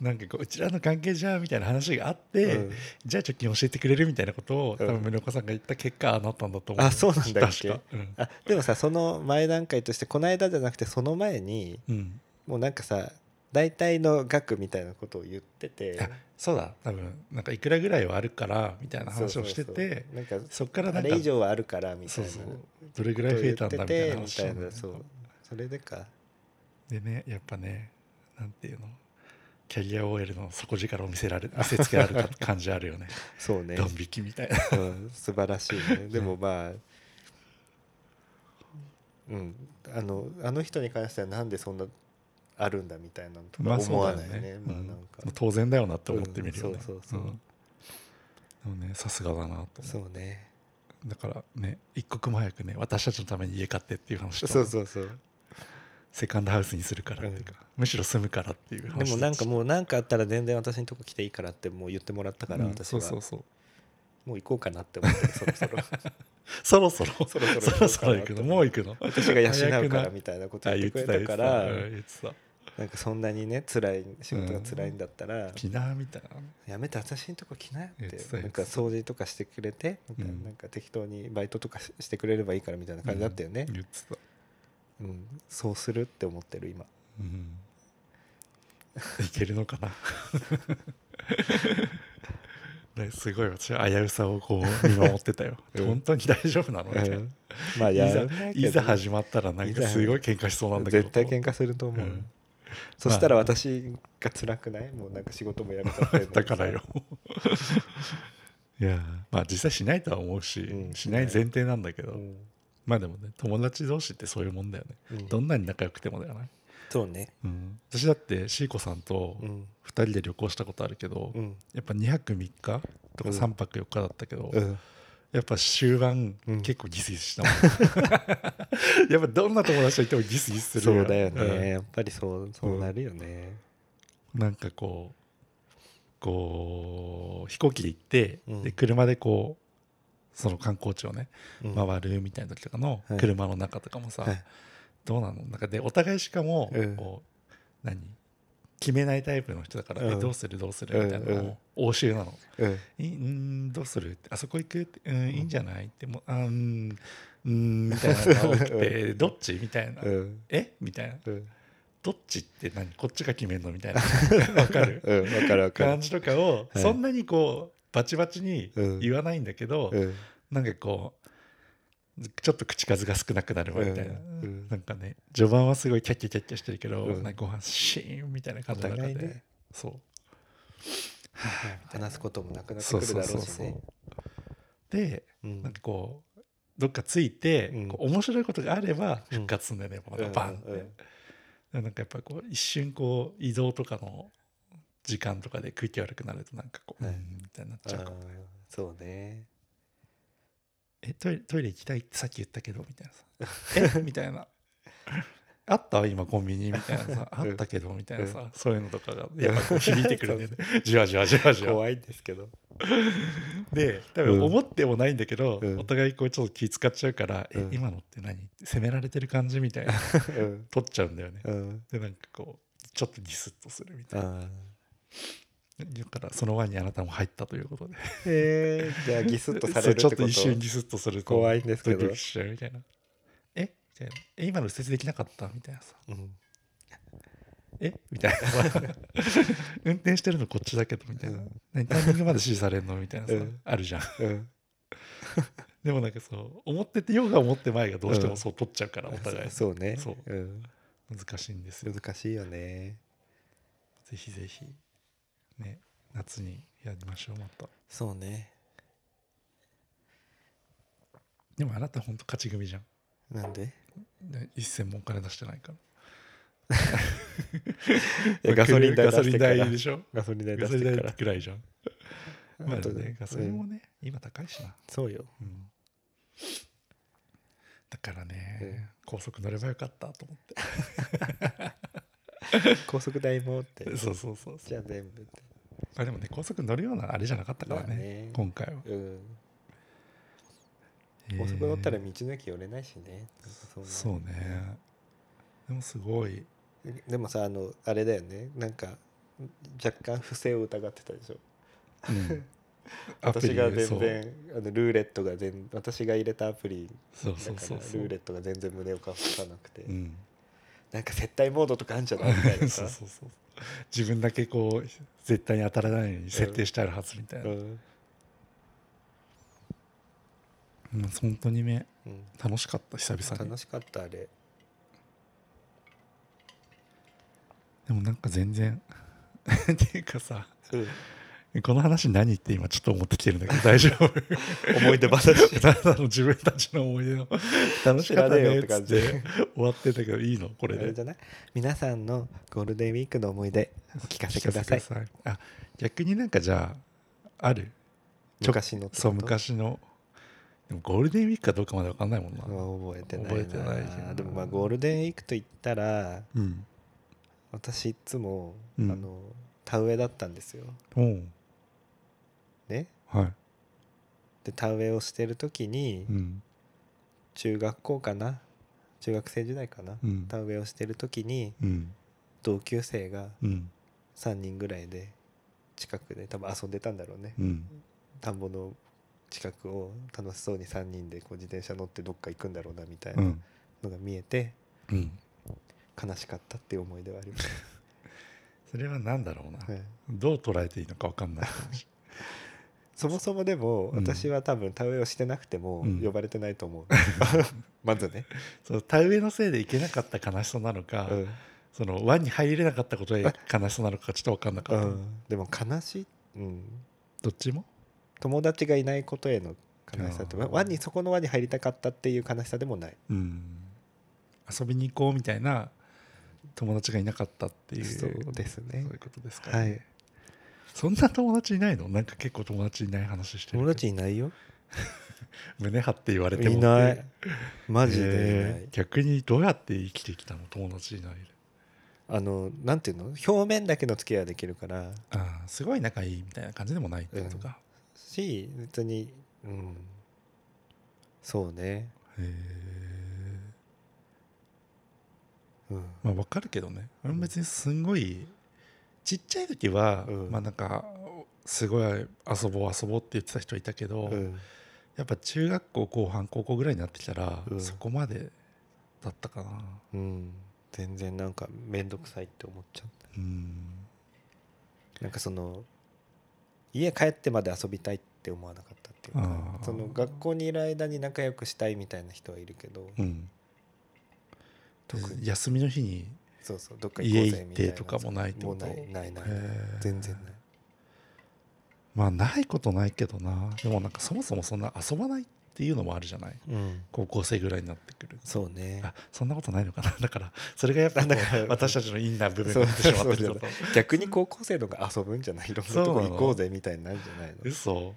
なんかこううちらの関係じゃみたいな話があって、
うん
じゃあ貯金教えてくれるみたいなことを多
うん
分宗岡さんが言った結果ああなったんだと思う
あそうなんだっけ
確かうん
あでもさその前段階としてこの間じゃなくてその前に
うん
もうなんかさ大体の額みたいなことを言ってて
あそうだ多分なんかいくらぐらいはあるからみたいな話をしてて
そうそうそうなんか
そっからな
あ
んか
れ以上はあるからみたいな
そうそうどれぐらい増えたんだみたいな話
み
をね
たいなそうそれでか
でねやっぱねなんていうのキャリア OL の底力を見せられ見せつけられた感じあるよね
そう ね
ドン引きみたいな
うん素晴らしい ねでもまあうんあのあの人に関してはなんでそんなあるんだみたいなのとか思わないね
う
まあなん
ん
か
当然だよなって思ってみるよね
うんそうそうそうん
でもねさすがだなと思
そうね
うだからね一刻も早くね私たちのために家買ってっていう話と
そうそうそう
セカンドハウスにするからっていうか、むしろ住むからっていう話
でもなんか
だし
もう何かあったら全然私のとこ来ていいからってもう言ってもらったから
うん
私
そう
は
そうそう
もう行こうかなって思ってるそろ そろ
そろそろ
そろそろ
そろそろ行くのもう行くの
私が養うから
早くな
みたいなこと
あ
言
言
っ
って
く
てた
れ
言
た
ってた
から
うん言ってた
なんかそんなにね辛い仕事が辛いんだったら
ピナーみたいな
やめて私のとこ来なよっ
言っててた
なん
言って
か
た
掃除とかしてくれてなんか
うん
なんか適当にバイトとかししてくれればいいからみたいな感じだったよね
うん、言ってた、
うんそうするって思ってる今
うん、いけるのかな ねすごい私は危うさをこう見守ってたよ、
うん
本当に大丈夫なの みたいな、
うんまあ
い
やらな
ざ
いけど
いざ始まったらなんかすごい喧嘩しそうなんだけど
絶対喧嘩すると思う、
うん
そしたら私が辛くないもうなんか仕事もやめちゃってるのに さ
だからよいやーまあ実際しないとは思うし、
うん
しない前提なんだけど、
うん
まあでもね友達同士ってそういうもんだよね、
うん
どんなに仲良くてもだよね、
そうね
うん、私だってシーコさんと
うん
2人で旅行したことあるけど、
うん
やっぱ2泊3日と
う
か
ん
3泊4日だったけど、
うん
やっぱ終盤、
うん
結構ギスギスしたもん やっぱどんな友達といてもギスギスする
そうだよね、
うん
やっぱりそうそうなるよね
なんかこうこう飛行機で行って、
うん
で車でこうその観光地をね
うん
回るみたいな時とかの
はい
車の中とかもさ、
はい
どうなのなんかでお互いしかも
うん
こう、何決めないタイプの人だから、
うん
えどうするどうするみたいなの
うんう
を応酬なの。
うん
いうんどうするってあそこ行くってうんいいんじゃないってもうあうんうんみたいなのが多く てどっちみたいな、
うん
えみたいな
うん
どっちって何こっちが決めんのみたいな わかる
うんわかるわか
感
る
じとかを、
はい
そんなにこうバチバチに
うん
言わないんだけど、
うん
なんかこうちょっと口数が少なくなるわみたいな、
うんうん
なんかね序盤はすごいキャッキャキャッキャしてるけど、
うん
なんかご飯シーンみたいな
お
感じの中
互
で、
いね
そう
話すこともなくなって
そ
く
う
る
そう
だろ
そうう
し
そ
ね
うで
うん
なんかこうどっかついて、
うん
こう面白いことがあれば
うん
復活するんだよね、ま
う
た
ん
バンって、
うん
なんかやっぱこう一瞬こう移動とかの時間とかで空気悪くなるとなんかこう、
はい
うんみたいになっちゃうか
あ
ら
ーそうね
えトイレトイレ行きたいってさっき言ったけどみたいな さえみたいなあった今コンビニみたいなさあったけどみたいなさ、そういうのとかがやっぱこう 響いてくるんだよねじわじわじわじわ
怖いんで すけど
で多
うん
分思ってもないんだけど、
うん
お互いこうちょっと気使っちゃうから、
うん
え今のって何責められてる感じみた いな
うん
取っちゃうんだよね
うん
でなんかこうちょっとギスッとするみたい
あ
なだからその輪にあなたも入ったということで
ーへえじゃあギスッとさ
そう
れるっ
ちょ
て
っと
こ
一
と
瞬ギスッとすると
怖いんですけど
ドキドキしちゃうみたいなえみたいなえ今の右折できなかったみたいなさ
うん
え みたいなさ運転してるのこっちだけどみたいな、何タイミングまで指示されるのみたいなさ、
うん
あるじゃん
うん
でもなんかそう思っててようが思ってまいがどうしてもそう取っちゃうからお互い、
そう ね
そう
うん、
難しいんですよ
難しいよね
ぜひぜひね夏にやりましょうまた
そうね
でもあなたほんと勝ち組じゃん
なんで
ね一銭もお金出してない から
いやガソリン代
ガソ
出
リン
してから
代でしょ
ガソリン代
ガ
出
ソリ
し
ン
てか
代
ら
くらいじゃんまあ
あと
ねガソリンもね今高いしな
そ うよ
うんだから
え
ね高速乗ればよかったと思っ
高速代もって
てそうそうそうそ
じ
う
ゃあ全部って
まあでもね高速乗るようなあれじゃなかったから
まあ
ね
ね
今回は
うん高速乗ったら道の駅寄れないしねなんかんな
そうねでもすごい
でもさあのあれだよねなんか若干不正を疑ってたでしょ
うんアプリ
私が全
そう
然あのルーレットが全私が入れたアプリ
そう
だ
そう
か
そ
ら
うそ
ルーレ
う
ットが全然胸をかさなくて、
うん
なんか接待モードとかあるんじゃないみたい な
そ
さ
うそうそう自分だけこう絶対に当たらないように設定してあるはずみたいな、
うん
うん、本当にね
うん
楽しかった久々に
楽しかったあれ
でもなんか全然 っていうかさ
うん
この話何って今ちょっと思ってきてるんだけど大丈夫
思い出 話
ただの自分たちの思い出の楽しかったねっつって
知らねえよって
終わってんだけどいいのこれ
あれじ
で
ゃない皆さんのゴールデンウィークの思い出お聞かせください
聞かせてくださいあ逆になんかじゃああるちょ
昔のってこと
そう昔のでもゴールデンウィークかどうかまで分かんないもんな
は覚えてないな
覚えてないけど
でもまあゴールデンウィークと言ったら
うん
私いつも、
うん
あの田植えだったんですよ
おう
ね
はい
で田植えをしてる時に
うん
中学校かな中学生時代かな、
うん
田植えをしてる時に
うん
同級生が
うん
3人ぐらいで近くで多分遊んでたんだろうね、
うん
田んぼの近くを楽しそうに3人でこう自転車乗ってどっか行くんだろうなみたいうなんのが見えて
うん
悲しかったっていう思い出はあります、
それは何だろうな、
はい
どう捉えていいのか分かんない
そもそもでも
うん
私は多分田植えをしてなくても
うん
呼ばれてない と思う、まずね、
その田植えのせいで行けなかった悲しさなのか、
うん
その輪に入れなかったことで悲しさなのかちょっと分かんなか
う
った、
ん、でも悲しい、うん、
どっちも
友達がいないことへの悲しさって
あー
輪にそこの輪に入りたかったっていう悲しさでもない
うん遊びに行こうみたいな友達がいなかったっていう
そうですね
そういうことですか、ね
はい
そんな友達いないのなんか結構友達いない話してる
友達いないよ
胸張って言われても
いないマジでいない、
えー逆にどうやって生きてきたの友達いないで
あのなんていうの表面だけの付き合いはできるから
ああすごい仲いいみたいな感じでもないってことか、
し別にうんそうね
へえ
うん
まあわかるけどね俺も別にすんごいちっちゃい時は、
うん
まあなんかすごい遊ぼう遊ぼうって言ってた人いたけど、
うん
やっぱ中学校後半高校ぐらいになってきたら、
うん
そこまでだったかな
うん全然なんか面倒くさいって思っちゃう
うん
なんかその家帰ってまで遊びたいって思わなかったっていう
あ
か
ー
その学校にいる間に仲良くしたいみたいな人はいるけど、
うん
特に
休みの日に
そうそうどっか行こ
家
う
行
ぜ
っ
みたい
て
な
とかもないって
も
こ
う
と
ないないない
へえ
全然ない
まあないことないけどなでもなんかそもそもそんな遊ばないっていうのもあるじゃない
うん
高校生ぐらいになってくる
そうね
あそんなことないのかなだ からそれがやっぱこう
だから
私たちのインナー部分に
そう
なってしまって
そう
る
じゃ
っ
な
て
い
こと
逆に高校生の方が遊ぶんじゃないいろんなとこ行こうぜみたいになるんじゃないの
嘘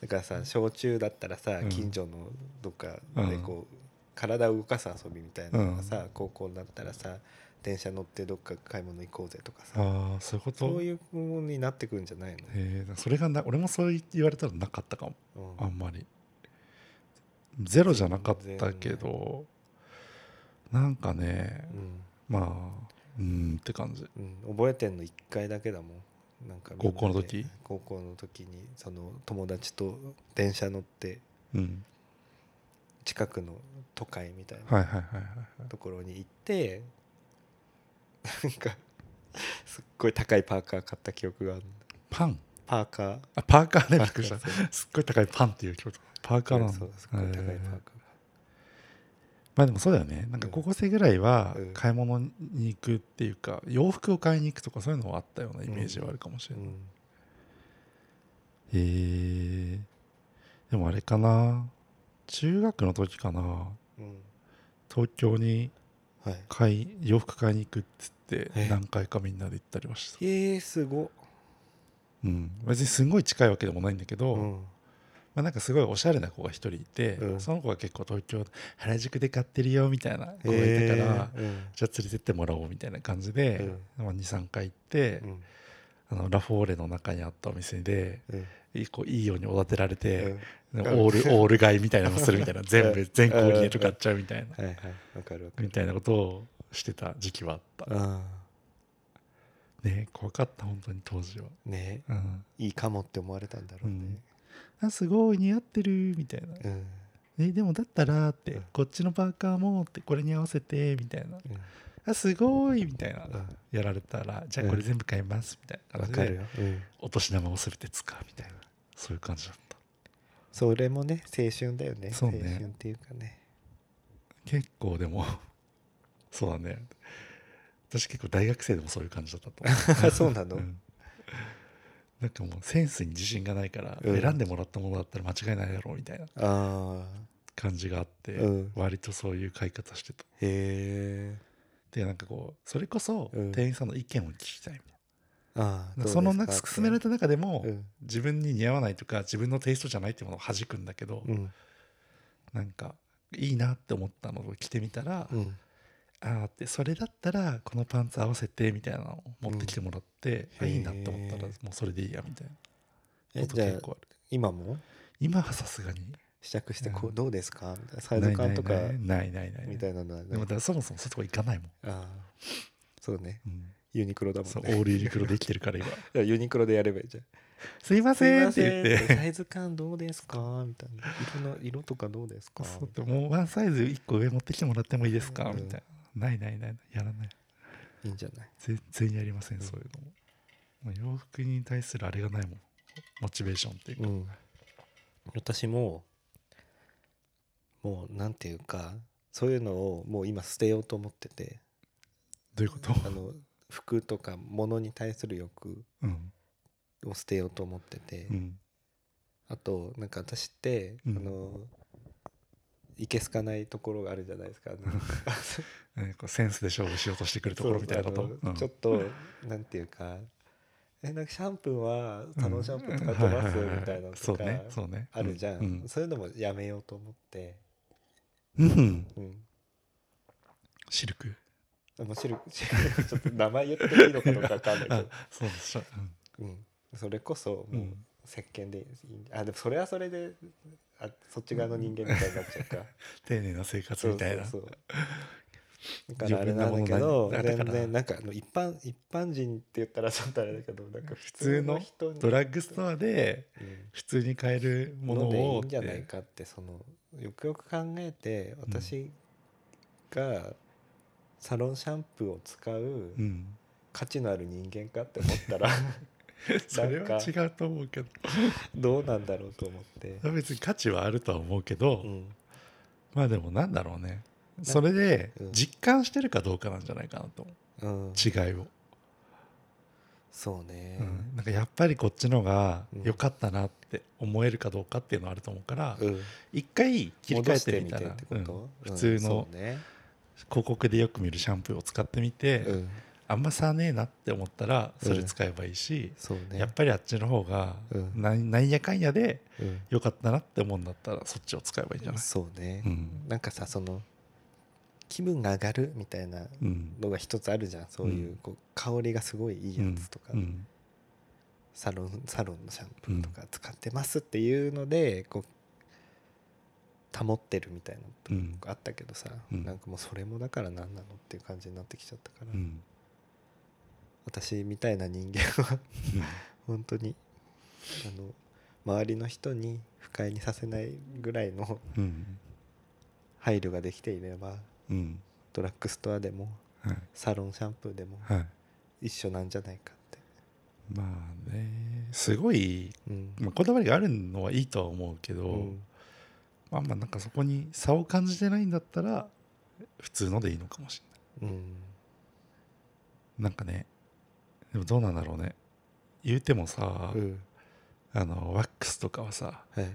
だからさ小中だったらさ、
うん
近所のどっかでこう、体を動かす遊びみたいなのがさ、高校になったらさ電車乗ってどっか買い物行こうぜとかさ
ああそういうこと
そういうものになってくるんじゃないの、
えーそれがな俺もそう言われたらなかったかも
うん
あんまりゼロじゃなかったけどなんかね
うん
まあうんって感じ
うん覚えてんの1回だけだもんなんかみ
高
んなで
校の時
高校の時にその友達と電車乗って
うん
近くの都会みたいな
はいはいはいはいはい
ところに行ってなんかごい高いパーカー買った記憶がある
パン
パーカー
あパーカーねび
パーカー
っくりした
そ
すっごい高いパンっていう曲パーカーなんだ
そうすごい高いパーカー
へーまあでもそうだよねなんか高校生ぐらいは
うん
買い物に行くっていうか洋服を買いに行くとかそういうのはあったようなイメージはあるかもしれ
う
ない、
ん
へえでもあれかな中学の時かな
うん
東京に
はい
買い洋服買いに行くっつって
え
何回かみんなで行ったりました、
えー、すごっ
うん、別にすごい近いわけでもないんだけど、
うん
まあ、なんかすごいおしゃれな子が一人いて、
うん
その子が結構東京原宿で買ってるよみたいな子がいたから、
えーうん
じゃあ連れてってもらおうみたいな感じで、まあ、23回行って、
うん
あのラフォーレの中にあったお店で
うん
いいこういいようにおだてられて、
ん
オー ルオール買いみたいなのするみたいな全部全コーディネート買っちゃうみたいな
はいはいわかるわか
み
る
たいなことをしてた時期はあった
あ
ね怖かった本当に当時は、
あね
うん
いいかもって思われたんだろうね
あすごい似合ってるみたいな
うん
えでもだったらって
うん
こっちのパーカーもってこれに合わせてみたいな
うん
あすごいみたいな
うん
やられたらじゃあこれ全部買いますみたいな
わ
感じ
かる
で
ようん
お年玉を全て使うみたいなそういう感じだった
それもね青春だよね
そうね
青春っていうか ね
結構でも そうだね私結構大学生でもそういう感じだったと
あそうなの
んなんかもうセンスに自信がないから、
うん
選んでもらったものだったら間違いないだろうみたいな
ああ
感じがあって、
うん
割とそういう買い方してた
へえ
でなんかこうそれこそ
うん
店員さんの意見を聞きたいみたい
あ
な、
あ
その中勧められ
た
た中でも、
うん
自分に似合わないとか自分のテイストじゃないってものを弾くんだけど、
うん
なんかいいなって思ったのを着てみたら、
うん
あーってそれだったらこのパンツ合わせてみたいなのを持ってきてもらって、
う
あ
ん
いいなって思ったら
へー
もうそれでいいやみたいな
え
こと
じゃ
結
あ
構ある
今も
今はさすがに
試着して
う
こうんどうですかみたいなサイズ感とか
ないないないない
み
ない
たいなのは
でも
ね
だからそもそもそういうとこ行かないもん、
ああそうね
うん
ユニクロだも
そうんオー
ね
ルユニクロできてる から今
じゃあユニクロでやればいいじゃん
すいませんって言って
サイズ感どうですかみたいな色の色とかどうですか
そうってもうワンサイズ1個上持ってきてもらってもいいですか、
うん
みたいなないないないやらない
いいんじゃない
全然やりません、そういうのももう洋服に対するあれがないもんモチベーションっていうか、
うん私ももうなんていうかそういうのをもう今捨てようと思ってて
どういうこと、
あの服とか物に対する欲
うん
を捨てようと思ってて、
うん、
あとなんか私って、
うん
あのいけすかないところがあるじゃないですかあの
なんかこうセンスで勝負しようとしてくるところみたいなこと
そうあの
うん
ちょっとなんていうかえなんかシャンプーはサロンシャンプー使
うん
ってます
ははは
みたいなの
そ
と
う
か
ねそうね
あるじゃん、
うん
そういうのもやめようと思って、
うん うん
うん、
シルク
あもうシルクシル クちょっと名前言っていいのかどうかわかんない け
あ
ど、
そうでしょ、
うん、それこそ
うんう
もうん石鹸でいい、あでもそれはそれであそっち側の人間みたいになっちゃうか
丁寧な生活みたいな
そうそうそうだからあれなんだ
自
けど
分のものなんだだか
全
ら
然なんかあの一般一般人って言ったらちょっとあれだけどなんか
通
普通
の
の人に
ドラッグストアで
うん
普通に買えるもの
のでいい
を
んじゃない
って
かってそのよくよく考えて私がサロンシャンプーを使う
うん、
価値のある人間かって思ったら
それは違うと思うけど
どうなんだろうと思って、
別に価値はあるとは思うけど、まあでもなんだろうねそれで
うん
実感してるかどうかなんじゃないかなと思
うんうん
う違いを、
そうね
うん、なんかやっぱりこっちのが良かったなって思えるかどうかっていうのはあると思うから、
うん
一回切り替えてみた
戻
ら
してみってこ
うん普
と、
通
うん
の
そうね
広告でよく見るシャンプーを使ってみて、
うん
あんま差ねえなって思ったらそれ使えばいいし、
そうね
やっぱりあっちの方が
うん
なんなんやかんやで
うん
良かったなって思うんだったらそっちを使えばいいんじゃない
そうね、
うん
なんかさその気分が上がるみたいな
うん
のが一つあるじゃんそういう,、
うん
こう香りがすごいいいやつとか、
うん
サロンサロンのシャンプーとか使ってますっていうのでこう保ってるみたいな
う
と
ん
こあったけどさ、
うん
なんかもうそれもだから何なのっていう感じになってきちゃったから、
うん
私みたいな人間は 本当にあの周りの人に不快にさせないぐらいの
うん
配慮ができていれば
うん
ドラッグストアでも
はい
サロンシャンプーでも
はい
一緒なんじゃないかって、
まあねすごい、
うん
まあ、こだわりがあるのはいいとは思うけど、
うん
まあまあなんかそこに差を感じてないんだったら普通のでいいのかもしれない
うん、
なんかねでもどうなんだろうね言うてもさ、
うん
あのワックスとかはさ
はい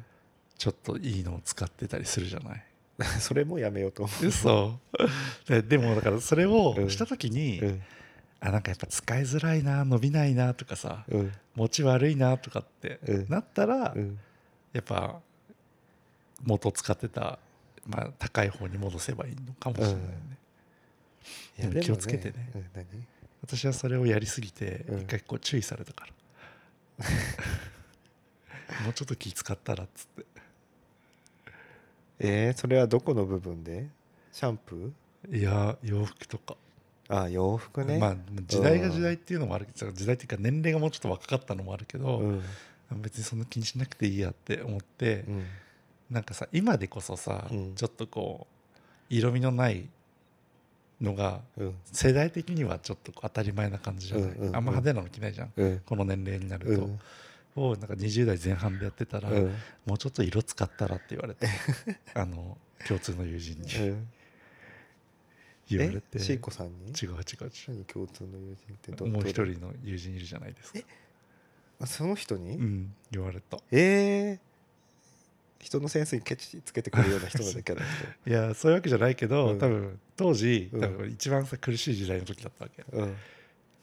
ちょっといいのを使ってたりするじゃない
それもやめようと思
嘘 ででもだからそれをした時に、
う、うん
あなんかやっぱ使いづらいな伸びないなとかさ
うん
持ち悪いなとかって
うん
なったら、
うん、
やっぱ元使ってた、まあ、高い方に戻せばいいのかもしれないね、
いや
でも
でも
気をつけてね
うん、何
私はそれをやりすぎて
うん
一回こう注意されたから、 もうちょっと気使ったらっつっ
えー、それはどこの部分でシャンプ
ていや洋服とか、
ーあ洋服ね、
まあ時代が時代っていうのもあるけど時代っていうか年齢がもうちょっと若かったのもあるけど、
うん
別にそんな気にしなくていいやって思って、
うん
なんかさ今でこそさ、
うん
ちょっとこう色味のないのが
うん
世代的にはちょっとこう当たり前な感じじゃない、
うんうんうん
あんま派手なの着ないじゃん
うん
この年齢にな
う
ると、
ん
をなんか20代前半でやってたら、
うん
もうちょっと色使ったらって言われ てあの共通の友人に
うん
言われて
えシ
違
ー
う
コさんに
違う違
何共通の友人って
うもう一
どれ
人の友人いるじゃないですか
あその人に、
うん言われた
ええ人のセンスにケチつけてくるような人なん だけど
いやそういうわけじゃないけど、
うん
多分当時
うん
多分一番さ苦しい時代の時だったわけ
うん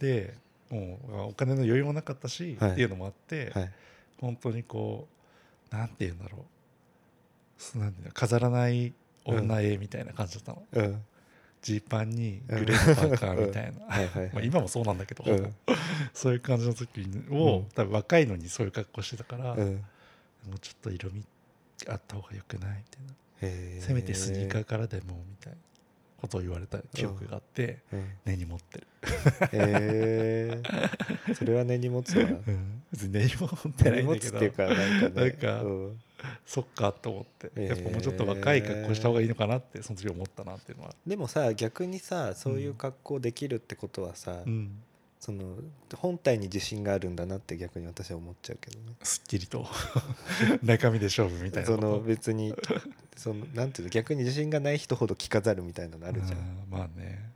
でもうお金の余裕もなかったし、
はい
っていうのもあって、
はい
本当にこうなんて言うんだろうそうなんていうの飾らない女絵みたいな感じだったの
うん
ジー、パンにグレーのパーカーみたいな、
はいはい
ま
は
あ
い
今もそうなんだけど、
うん
そういう感じの時にを、
うん
多分若いのにそういう格好してたから、
う
も
ん
うちょっと色味あった方が良くないみたいな、
へ
せめてスニーカ
ー
ーからでもみたいなことを言われた記憶があって、
うん
根に持ってる、
へえそれは根に 持つわ
別に根に持ってな
根に
いん
持
だ
つ
け
っていう
ど
かなんかね
なんか
うん
そっかと思って、
えー
やっぱもうちょっと若い格好した方がいいのかなってその時思ったなっていうのは、
でもさ逆にさそういう格好できるってことはさ、
うん、
その本体に自信があるんだなって逆に私は思っちゃうけどね
すっきりと 中身で勝負みたいな
そ
こと
の別にそのなんていうの逆に自信がない人ほど着飾るみたいなのあるじゃん、
うんまあね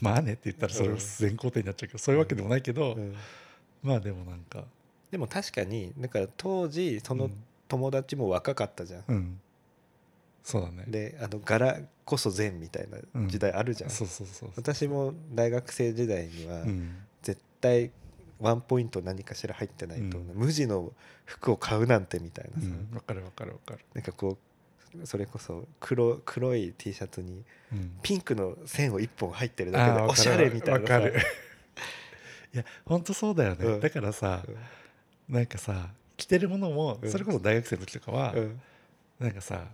まあねって言ったらそれを全肯定になっちゃうけどそういうわけでもないけど、
うん
まあでもなんか
でも確かになんか当時その
うん
友達も若かったじゃん、
うんそうだね
であの柄こそ善みたいな時代あるじゃん、
そうそうそうそう
私も大学生時代には
うん
絶対ワンポイント何かしら入ってないと、
うん
無地の服を買うなんてみたい
う
なさ、
んわかるわかるわかる、
なんかこうそれこそ黒黒い T シャツに
うん
ピンクの線を一本入ってるだけ
あ
で
ー
おしゃれみたい
わ
な
か
さ
るわかるいやほんとそうだよね、
うん
だからさ
うん
なんかさ着てるものも、
うん
それこそ大学生の時とかは、
うん
なんかさ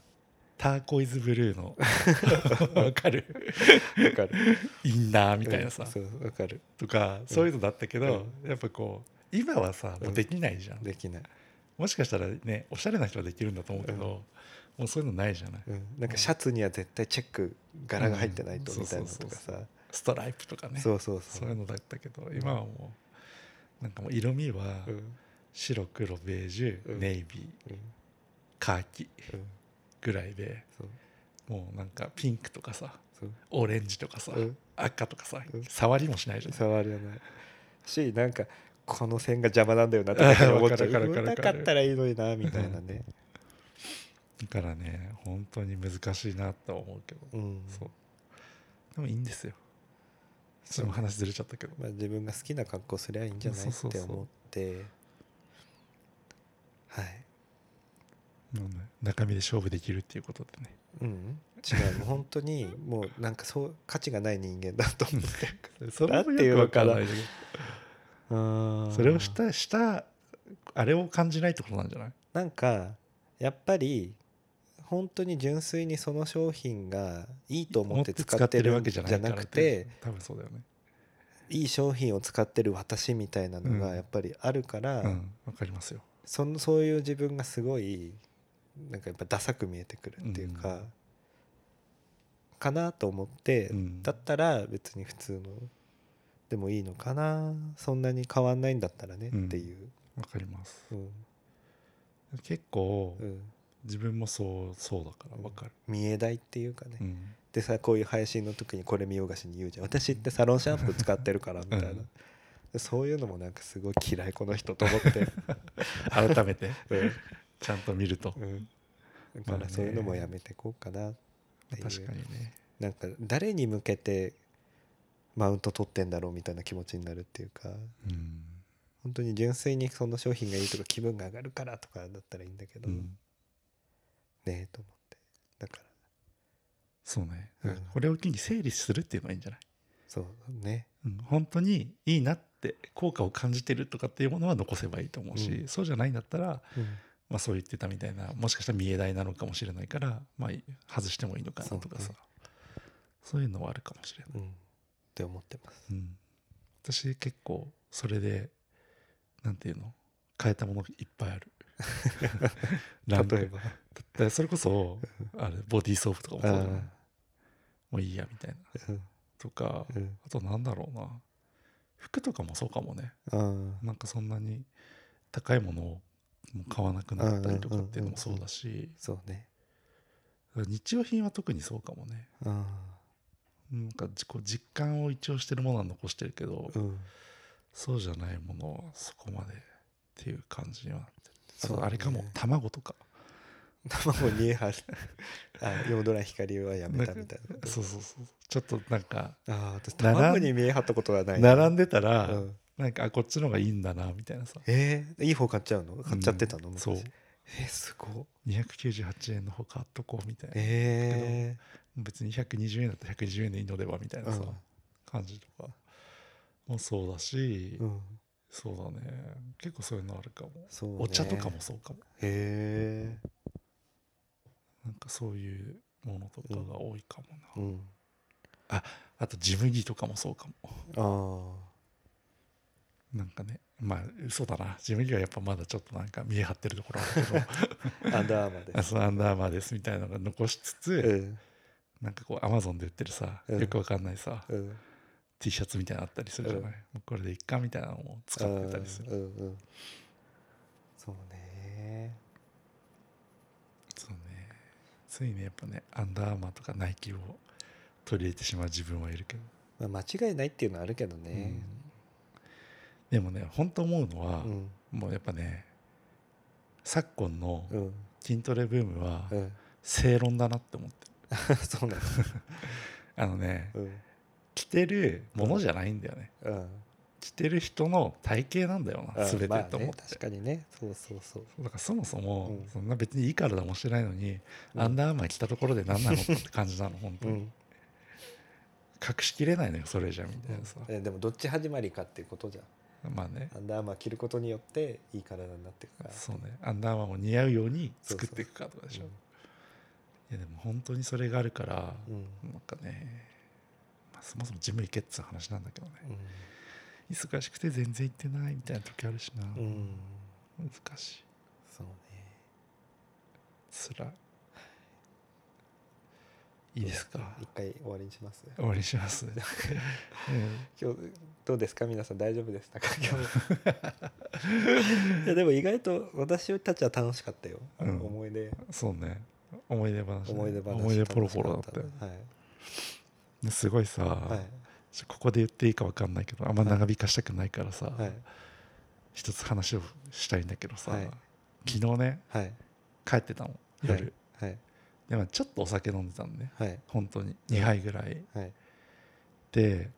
ターコイズブルーの わかる
わかる
インナーみたいなさ、
そうわかる
とかそういうのだったけど、やっぱこう今はさもうできないじゃん、
できない、
もしかしたらねおしゃれな人はできるんだと思うけど、
うん
もうそういうのないじゃない
うん、なんかシャツには絶対チェック柄が入ってないと
うん
みたいなのとか
そうそう
さ
ストライプとかね
そうそう
そ
そう
いう
う
のだったけど今はもうなんかもう色味は
うん
白黒ベージュ、
うん
ネイビー
うん
カーキ
うん
ぐらいで
そう
もうなんかピンクとかさ
そう
オレンジとかさ、
うん
赤とかさ、
うん
触りもしないじゃん
触りはないしなんかこの線が邪魔なんだよなとかって思っちゃ
わかるわ
う
かるわ
な
かる
かったらいいのになみたい なね、
だからね本当に難しいなとは思うけど、
うん
そうでもいいんですよちょっと話ずれちゃったけど
まあ、自分が好きな格好すりゃいいんじゃない
そうそう
っ
そ
て
う
思ってはい
もうね中身で勝負できるっていうことでね
うん違うもう本当にもうなんかそう価値がない人間だと 思ってるか
そ
れもよくわかんないんだら
それをしたしたあれを感じないってことなんじゃない
なんかやっぱり本当に純粋にその商品がいいと思って使ってるわけじゃなくて
多分そうだよね
いい商品を使ってる私みたいなの
う
が
ん
やっぱりあるから、
うんわかりますよ
そのそういう自分がすごいなんかやっぱダサく見えてくるっていうか、
うん
かなと思って、
うん
だったら別に普通のでもいいのかなそんなに変わんないんだったらね
うん
っていう、
わかります
うん
結構
うん
自分もそうそうだからわかる、
見えないっていうかね、
うん
でさこういう配信の時にこれ見ようがしに言うじゃん私ってサロンシャンプー使ってるからみたいな、
うん
でそういうのもなんかすごい嫌いこの人と思 って、
改めて
うん
ちゃんと見ると
うん、だ
ま
か
あね
らそういうのもやめてこうかなっていう
確かにね
なんか誰に向けてマウント取ってんだろうみたいな気持ちになるっていうか
うん、
本当に純粋にその商品がいいとか気分が上がるからとかだったらいいんだけど、
うん
ねえと思ってだから
そうね、
うん
これを機に整理するっていうのがいいんじゃない、
そうね
うん、本当にいいなって効果を感じてるとかっていうものは残せばいいと思うし、
う
そうじゃないんだったら、
うん
まあ、そう言ってたみたいなもしかしたら見えないなのかもしれないから、まあ、外してもいいのかなとかさ
そ
そうう,、いうのはあるかもしれない、
うんって思ってます
うん、私結構それでなんていうの変えたものいっぱいあ るランク
例えば
だからそれこそあれボディーソープとかもそうじゃない
あ
もういいやみたいな
うん
とか、
うん
あとなんだろうな服とかもそうかもね
あ
なんかそんなに高いものをもう買わなくなったりとかっていうのもそうだし
そうね
日用品は特にそうかもね
あ
なんかじこう実感を一応してるものは残してるけど、
うん
そうじゃないものはそこまでっていう感じにはなってる
そう
あとあれかも
ね
卵とか
卵に貼るあ夜空光はやめたみたいなこと
そうそうそうちょっとなんか
ああ私
並ん
卵に見え張ったことがない
並んでたら、
うん
なんかあこっちの方がいいんだなみたいなさ
えー、いい方買っちゃうの買っちゃってた
う
の、
ん
昔
そう
えー、すごい
298円の方買っとこうみたいな、
え
別に120円だったら120円でいいのではみたい
ー、
なさ、感じとかもそうだし、
うん、うん、
そうだね結構そういうのあるかも、
そう、ね、
お茶とかもそうかも
へ
なんかそういうものとかが多いかもな、
えうん
あとジム着とかもそうかも
あ
なんかねまあ嘘だなジム着はやっぱまだちょっとなんか見え張ってるところある けど
あアンダーアー
あ
マーです
そのアンダーマーですみたいなのが残しつつ、
うん
なんかこうアマゾンで売ってるさ、
うん
よくわかんないさ、
うん
T シャツみたいなのあったりするじゃない、
うん
もうこれでいっかみたいなのも使ってたりする
うんうんそうね
そうねついねやっぱねアンダーアーマーとかナイキを取り入れてしまう自分はいるけど
まあ間違いないっていうのはあるけどね
でもね本当思うのは
う、ん
もうやっぱね昨今の
うん
筋トレブームは
うん
正論だなって思ってる
そうなの
あのね
うん
着てるものじゃないんだよね
うん
着てる人の体型なんだよな全て
まあ
と思っ
ね
て、
確かにねそうそうそう
だからそもそも
うん
そんな別にいい体もしてないのに、アンダーアーマー着たところで何なのって感じなの本当
う
に、
ん
隠しきれないのよそれじゃみたいなさ、
えでもどっち始まりかっていうことじゃん
まあね
アンダーアーマー着ることによっていい体になっていくから
そうねアンダーマンも似合うように作っていくかとかでしょいやでも本当にそれがあるから、
うんうん
なんかね、まあそもそもジム行けっつう話なんだけどね
うん
忙しくて全然行ってないみたいな時あるしな、
うん、
難しい
そうね。
つ らいいいですか
一回終わりにします。
終わりにし ます、うん
今日どうですか皆さん大丈夫でしたか今日。いやでも意外と私たちは楽しかったよ。あの
うん
思い出
そうね思い出話、ね、
思い出話
思い出ポロポロだったよ
楽しかっ
すごいさ、
たはい
ちょここで言っていいか分かんないけどあんま長引かしたくないからさ、
はいはい
一つ話をしたいんだけどさ、
はい
昨日ね
はい
帰ってたの夜、
はい
でもちょっとお酒飲んでたのね
はい
本当に2杯ぐらい
はい
で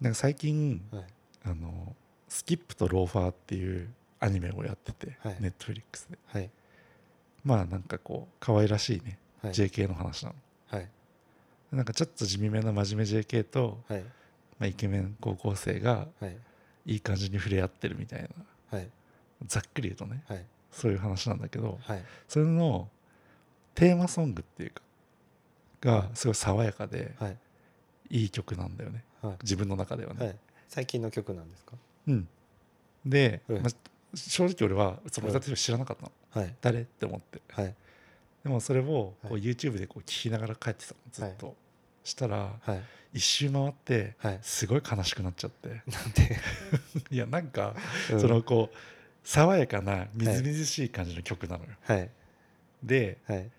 なんか最近
はい
あのスキップとローファーっていうアニメをやってて、
はい
ネットフリックスで
はい
まあなんかこう可愛らしいね、
はい
JK の話なの
はい
なんかちょっと地味めな真面目 JK と、
はい
まあ、イケメン高校生が
はい
いい感じに触れ合ってるみたいな
はい
ざっくり言うとね
はい
そういう話なんだけど
はい
それのテーマソングっていうかがすごい爽やかで
はい
いい曲なんだよね
はい
自分の中ではね、
はい最近の曲なんですか。
うんで、
うん
まあ正直俺はその歌ってる人知らなかったの、
はい
誰って思って
はい
でもそれをこう
はい
YouTube でこう聞きながら帰ってたのずっと、したら
はい
一周回って
はい
すごい悲しくなっちゃって
なんで、
いやなんか
うん
そのこう爽やかなみずみずしい感じの曲なのよ。
はい
で
はい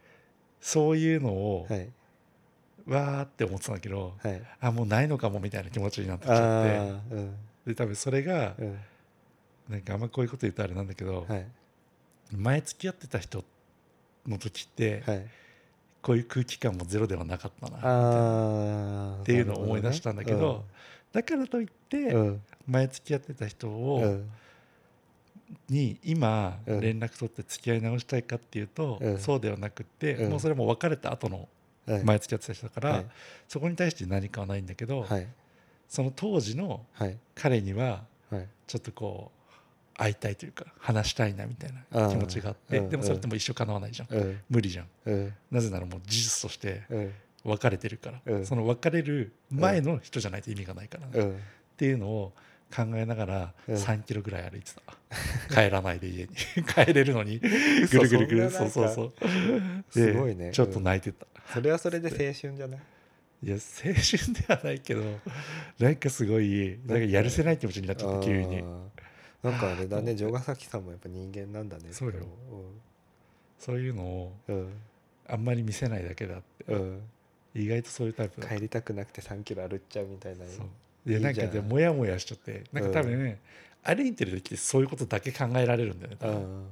そういうのを
はい
わーって思ってたんだけど
はい
あもうないのかもみたいな気持ちになってきち
ああ
ゃっ
ーうん
てで多分それが
うん
なんかあんまこういうこと言うとあれなんだけど
はい
前付き合ってた人の時って
はい
こういう空気感もゼロではなかったなみたいな
ああ
っていうのを思い出したんだけどだからといって
うん
前付き合ってた人
う
を
んうん
に今
うん
連絡取って付き合い直したいかっていうと
うん
そうではなくって
うん
もうそれはもう別れた後の
はい
前付き合ってた人だか
は
ら
い
そこに対して何かはないんだけど
はい
その当時の
はい
彼には
はい
ちょっとこう会いたいというか話したいなみたいな気持ちがあって
うん
でもそれってもう一生叶わないじゃん
うん
無理じゃん
うん
なぜならもう事実として
うん
別れてるから、
うん
その別れる前の人じゃないと意味がないからね、
う
っ
ん
ていうのを考えながら
うん
3キロぐらい歩いてた、帰らないで家に 帰れる のにぐるぐるぐる
そ
そ
んな
うそうそうです
ごいね
ちょっと泣いてた、
それはそれで青春じゃない
いや青春ではないけどなんかすごいなんかやるせない気持ちになっちゃった急に
あーなんかあれ だね
と
城ヶ崎さんもやっぱ人間なんだね
そうよそういうのを
うん
あんまり見せないだけだって
うん
意外とそういうタイプだった
帰りたくなくて3キロ歩っちゃうみたいな
そうで
いい
なん
じゃ
か
ん
でモヤモヤしちゃってなんか多分、ね歩いてる時ってそういうことだけ考えられるんだよね多
う
分
ん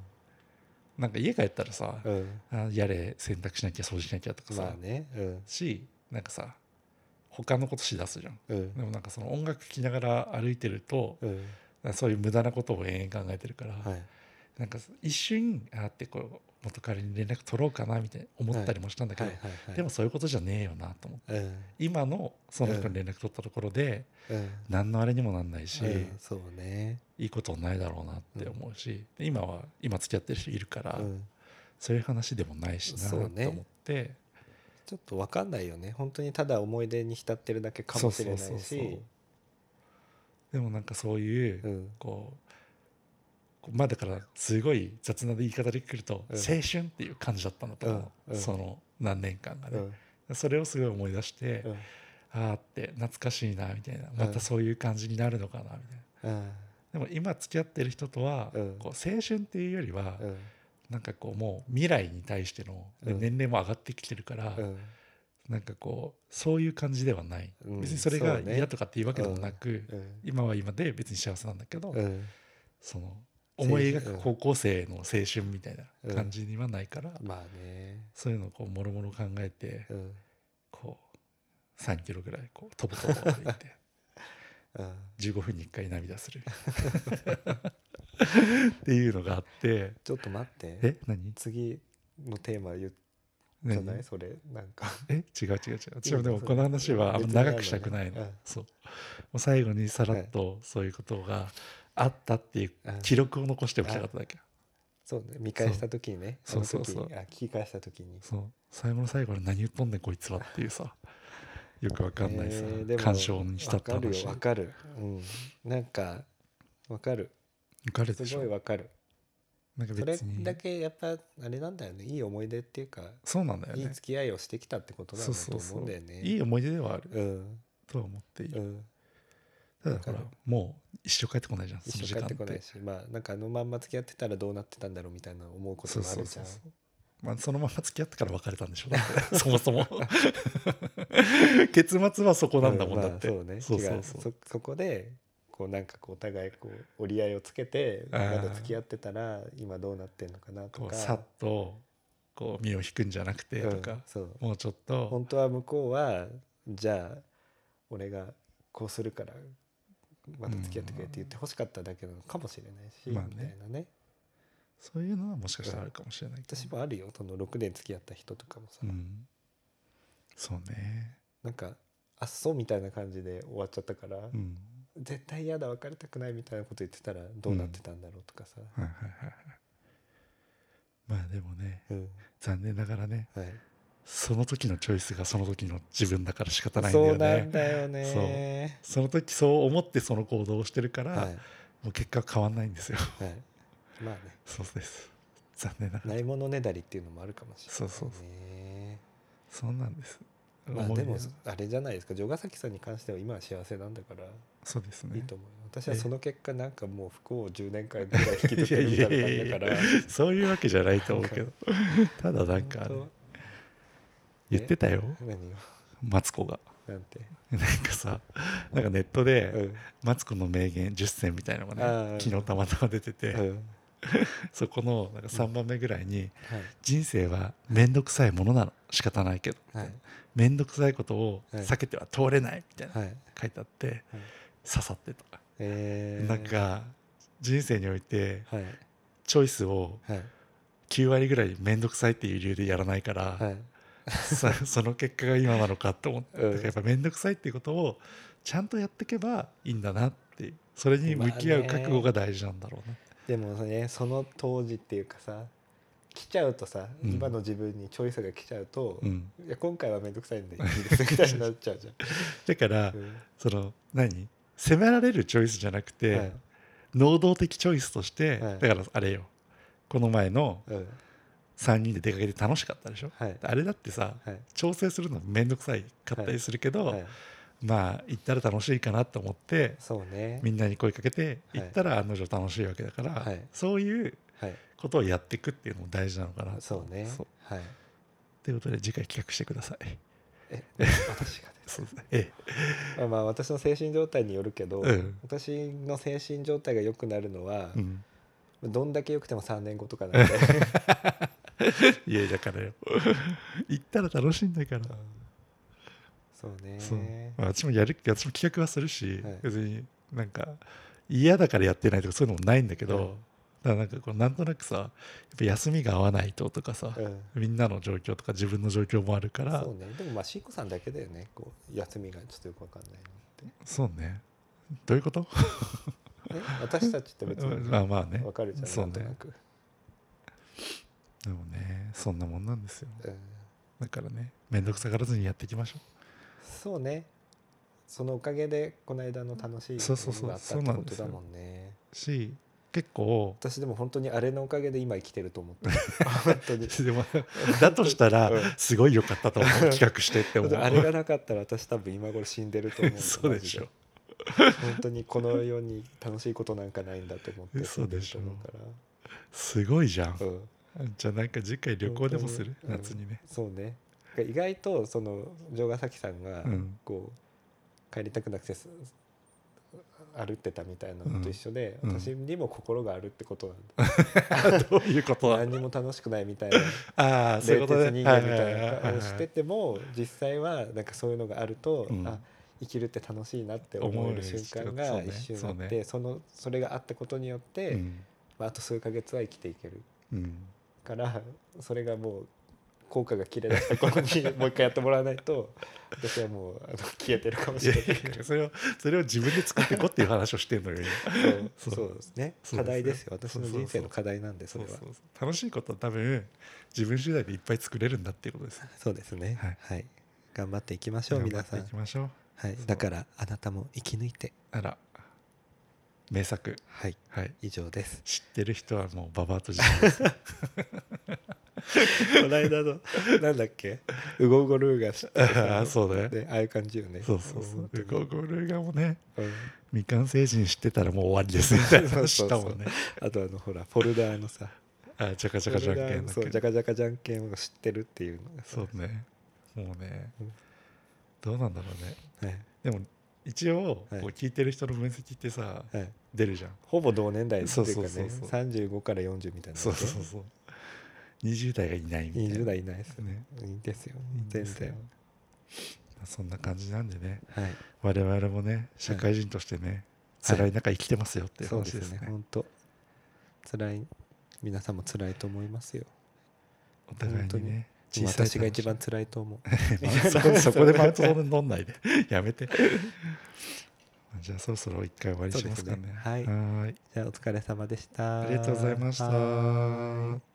なんか家帰ったらさ、
うん
あやれ洗濯しなきゃ掃除しなきゃとかさ、
まあねうん
しなんかさ他のことしだすじゃん
うん
でもなんかその音楽聴きながら歩いてると
うん
なんかそういう無駄なことを延々考えてるから、
はい
なんか一瞬あーってこう元彼に連絡取ろうかなみたいな思ったりもしたんだけ
は
ど、
いはいはい
でもそういうことじゃねえよなと思って
うん
今のその人に連絡取ったところで
うん
何のあれにもなんないし、
うんそうね
いいことないだろうなって思うし、で今は今付き合ってる人いるから、
うん
そういう話でもないしなと
そ
思
うね
って、
ちょっとわかんないよね本当にただ思い出に浸ってるだけかもしれな
そうそうそ
い
うそ
し
うでもなんかそういう、
うん
こうこうまあだからすごい雑な言い方でくると、
うん
青春っていう感じだったのと思う、
うんうん
その何年間が
う
ね、
ん
それをすごい思い出して、
うん
ああって懐かしいなみたいなまたそういう感じになるのかなみたいな。
うん
でも今付き合ってる人とは、
うん
こう青春っていうよりは、
うん
なんかこうもう未来に対してので
うん
年齢も上がってきてるから、
うん
なんかこうそういう感じではない、
うん
別にそれが
そうね
嫌とかっていうわけでもなく、
うん
今は今で別に幸せなんだけど、
うん
その
青春
思い描く高校生の青春みたいな感じにはないから、
まあね
そういうのをこうもろもろ考えて、
うん
こう3キロぐらいこうとぼとぼ歩い て
うん
15分に1回涙する っていうのがあって
ちょっと待って
え何
次のテーマ言っじゃ
何
ないそれなんか
え違う違う違う私もでも
それ
この話はあんま
別にある
長
のね
くしたくないの、
うん
そうもう最後にさらっとそういうことがあったっていう記録を残しておきたかっただけ、
そうね見返した時にねあ
そう
の時
そうそうそう
あ聞き返した時に
そう最後の最後に何言っとんねんこいつらっていう さよくわかんないさ、
えーでも
干渉にしたって
わかる
話
よわかるうんなんかわかる
抜かれ
す
でし
ごい
ょ
わかる
なんか
それ
別に
だけやっぱあれなんだよねいい思い出っていうか
そうなんだよ
いい
ね
付き合いをしてきたってことな
そ
ん
う
だと
そうそ
思うん
う
だよね
いい思い出ではある
うん
とは思っていい、
うん
ただほら
わかる
もう一生帰ってこないじゃんその
一
時
緒
間
帰っ
ってて
こないしまあなんかあのまんま付き合ってたらどうなってたんだろうみたいな思うこ
そ
と
う
もあ
そ
る
う
じ
そ
ゃ
うんそうまあ、そのまま付き合ってから別れたんでしょうだって そもそも結末はそこなんだもんだって、
うまあ
そ
そうう
そ
ね違
う
う
そう
そそこでこうなんかこうお互いこう折り合いをつけて
あ
ま
ー
だ付き合ってたら今どうなってんのかなと
こ
か
うさっとこう身を引くんじゃなくてと
う
か
ん、そう
もうちょっと
本当は向こうはじゃあ俺がこうするからまた付き合ってくれって言ってほしかっただけなのかもしれないし、
まあね
みたいなね
そういうのはもしかしたらあるかもしれないけど
私もあるよその6年付き合った人とかもさ、
うん、そうね、
なんかあっそうみたいな感じで終わっちゃったから、
うん、
絶対嫌だ別れたくないみたいなこと言ってたらどうなってたんだろうとかさ、
はいはいはいはいまあでもね
うん
残念ながらね
はい、
その時のチョイスがその時の自分だから仕方ないんだ
そう
よ
なん
ね
だよね。
その時そう思ってその行動をしてるから、
はい、は
もう結果は変わんないんですよ
い。まあね、
そうです残念ながら
ないものねだりっていうのもあるかもしれない、
そ
ね。
うそうそうそうなんです
まあ
思い
で
出
も
が
あれじゃないですか城ヶ崎さんに関しては今は幸せなんだから
そうですね
いい と思うよ私はその結果なんかもう不幸を10年間ぐらい引きずってるみ
い
た
やいや
い
い
な
やい
感じだ
や
から
そういうわけじゃないと思うけどただなんかね、
本
言ってたよ
当何を
マツコが
なんて、
なんかさなんかネットで、
うん
マツコの名言10選みたいなの
あ
がね
ー
昨日たまたま出てて、
うん
そこのなんか3番目ぐらいに
はい
「人生は面倒くさいものなの仕方ないけど
はい
面倒くさいことを
はい
避けては通れない」みたいな
はい
書いてあって刺さってた、
えー、
なんか人生において
はい
チョイスを
はい
9割ぐらい面倒くさいっていう理由でやらないから、
はい
さそ の結果が今なのかと思って、
うん
だからやっぱ面倒くさいっていうことをちゃんとやっていけばいいんだなっていうそれに向き合う覚悟が大事なんだろうね,、
でもねその当時っていうかさ来ちゃうとさ、
うん
今の自分にチョイスが来ちゃうと、
うん、
いや今回は面倒くさいんでいいですみたいになっちゃう じゃん。
だから、
うん
その何責められるチョイスじゃなくて、
はい
能動的チョイスとして、
はい
だからあれよこの前の
うん
3人で出かけて楽しかったでしょ、
はい
あれだってさ、
はい
調整するの面倒くさいかったりするけど、
はい、
まあ行ったら楽しいかなと思って
そうね
みんなに声かけて
はい
行ったら案の定楽しいわけだから、
はい
そういう
はい
ことをやっていくっていうのも大事なのかなと
そうね
そう
はい
ということで次回企画してください。
え私がです
そうですね え
まあまあ私の精神状態によるけど、
うん
私の精神状態が良くなるのは
え、うん、
どんだけ良くても3年後とかな んで
いやだからよ 行ったら楽しいんだから、
そう
そう
ね
まあ私もやる私も企画はするし、
はい
別になんか嫌だからやってないとかそういうのもないんだけど、
うん
ただなんかこうなんとなくさやっぱ休みが合わないととかさ、
うん
みんなの状況とか自分の状況もあるから
そうねでもまあシーコさんだけだよねこう休みがちょっとよくわかんないのって
そうねどういうこと
え私たちって別に
まあまあね
わかるじゃん、
そう
なんとな
ね
く、
でもねそんなもんなんですよ
うん、
だからね面倒くさがらずにやっていきましょ
そうねそのおかげでこの間の楽しい
そうそうそう
があったってことだもんね
うし結構
私でも本当にあれのおかげで今生きてると思っ てる本当に
で もだとしたら
うん
すごい良かったと思う企画してって思う
あれがなかったら私多分今頃死んでると思う
そうでしょ
マジで本当にこの世に楽しいことなんかないんだと 思って
嘘でしょ
死んると思
すごいじゃん
うから、うん、
じゃあなんか次回旅行でもする
本当に
夏にね
そうね意外とその城ヶ崎さんが
うん
こう帰りたくなくてす歩ってたみたいなのと一緒で、
うん
私にも心があるってことなんだ、
どういうことだ
何にも楽しくないみたいな
ああそういう
冷
こと
徹
ね
人
は
間
い
み
は
た
い
い
はい
な
は
顔
い
をしてても実際はなんかそういうのがあると、
うん
あ生きるって楽しいなって思える瞬間
思
が
える
一
瞬間
瞬あ
そ
っ
うね
てそのそれがあったことによって、
うん
まあ、あと数ヶ月は生きていける
うん
からそれがもう効果が切れ出した頃にもう一回やってもらわない と私はもうあの消えてるかも
い
し
や
れないい
やいやそれをそれを自分で作ってこっていう話をしてるのよ今
そう
そ
そううですね
そうですね
課題ですよ私
そう
の
そうそう
人生の課題なんでそ
そ
れ
う
は
そうそう楽しいことは多分自分次第でいっぱい作れるんだっていうことです
そうですね
はい
はい頑張っていきましょう皆さ
頑張ってい
ん
きましょう
はい
そう
だからあなたも生き抜いて
あら名作
はい
はい
以上です
知ってる人はもうババアと自身です
この 間のなんだっけウゴウゴルーが知ってる
ああそうだよ
ねああいう感じよね
そうそうそう
本当
ウ
に
ゴゴルガもね
うん
未完成人知ってたらもう終わりですみたいな話
そ
し
うそ
た
うそう
もんね
あとあのほらフォルダーのさ
あジャカジャカじゃんけんだ
そう
け
ジャ
ど
カジャカじゃんけんを知ってるっていうのがさ
そうねもうね
うん
どうなんだろうね
はい
でも一応
はい
こう聞いてる人の分析ってさ
はい
出るじゃん
ほぼ同年代っていうか
そう
ね
そうそうそう
35から40みたいな
そうそうそう20代がいないみたいな
20代いないですね
ね
いいですよ
いいんで
全
すよ
然
まあそんな感じなんでね
はい
我々もね社会人としてね
はい
辛い中生きてますよっていう
そう
話
で
ですす
ね
ね
本当辛い皆さんも辛いと思いますよ
お互いにね小さい
私が一番辛いと思う
そ そこでマウント取んないで やめてじゃあそろそろ一回終わりしますかね
そうですねはい
ーい
じゃあお疲れ様でした
ありがとうございました
はーい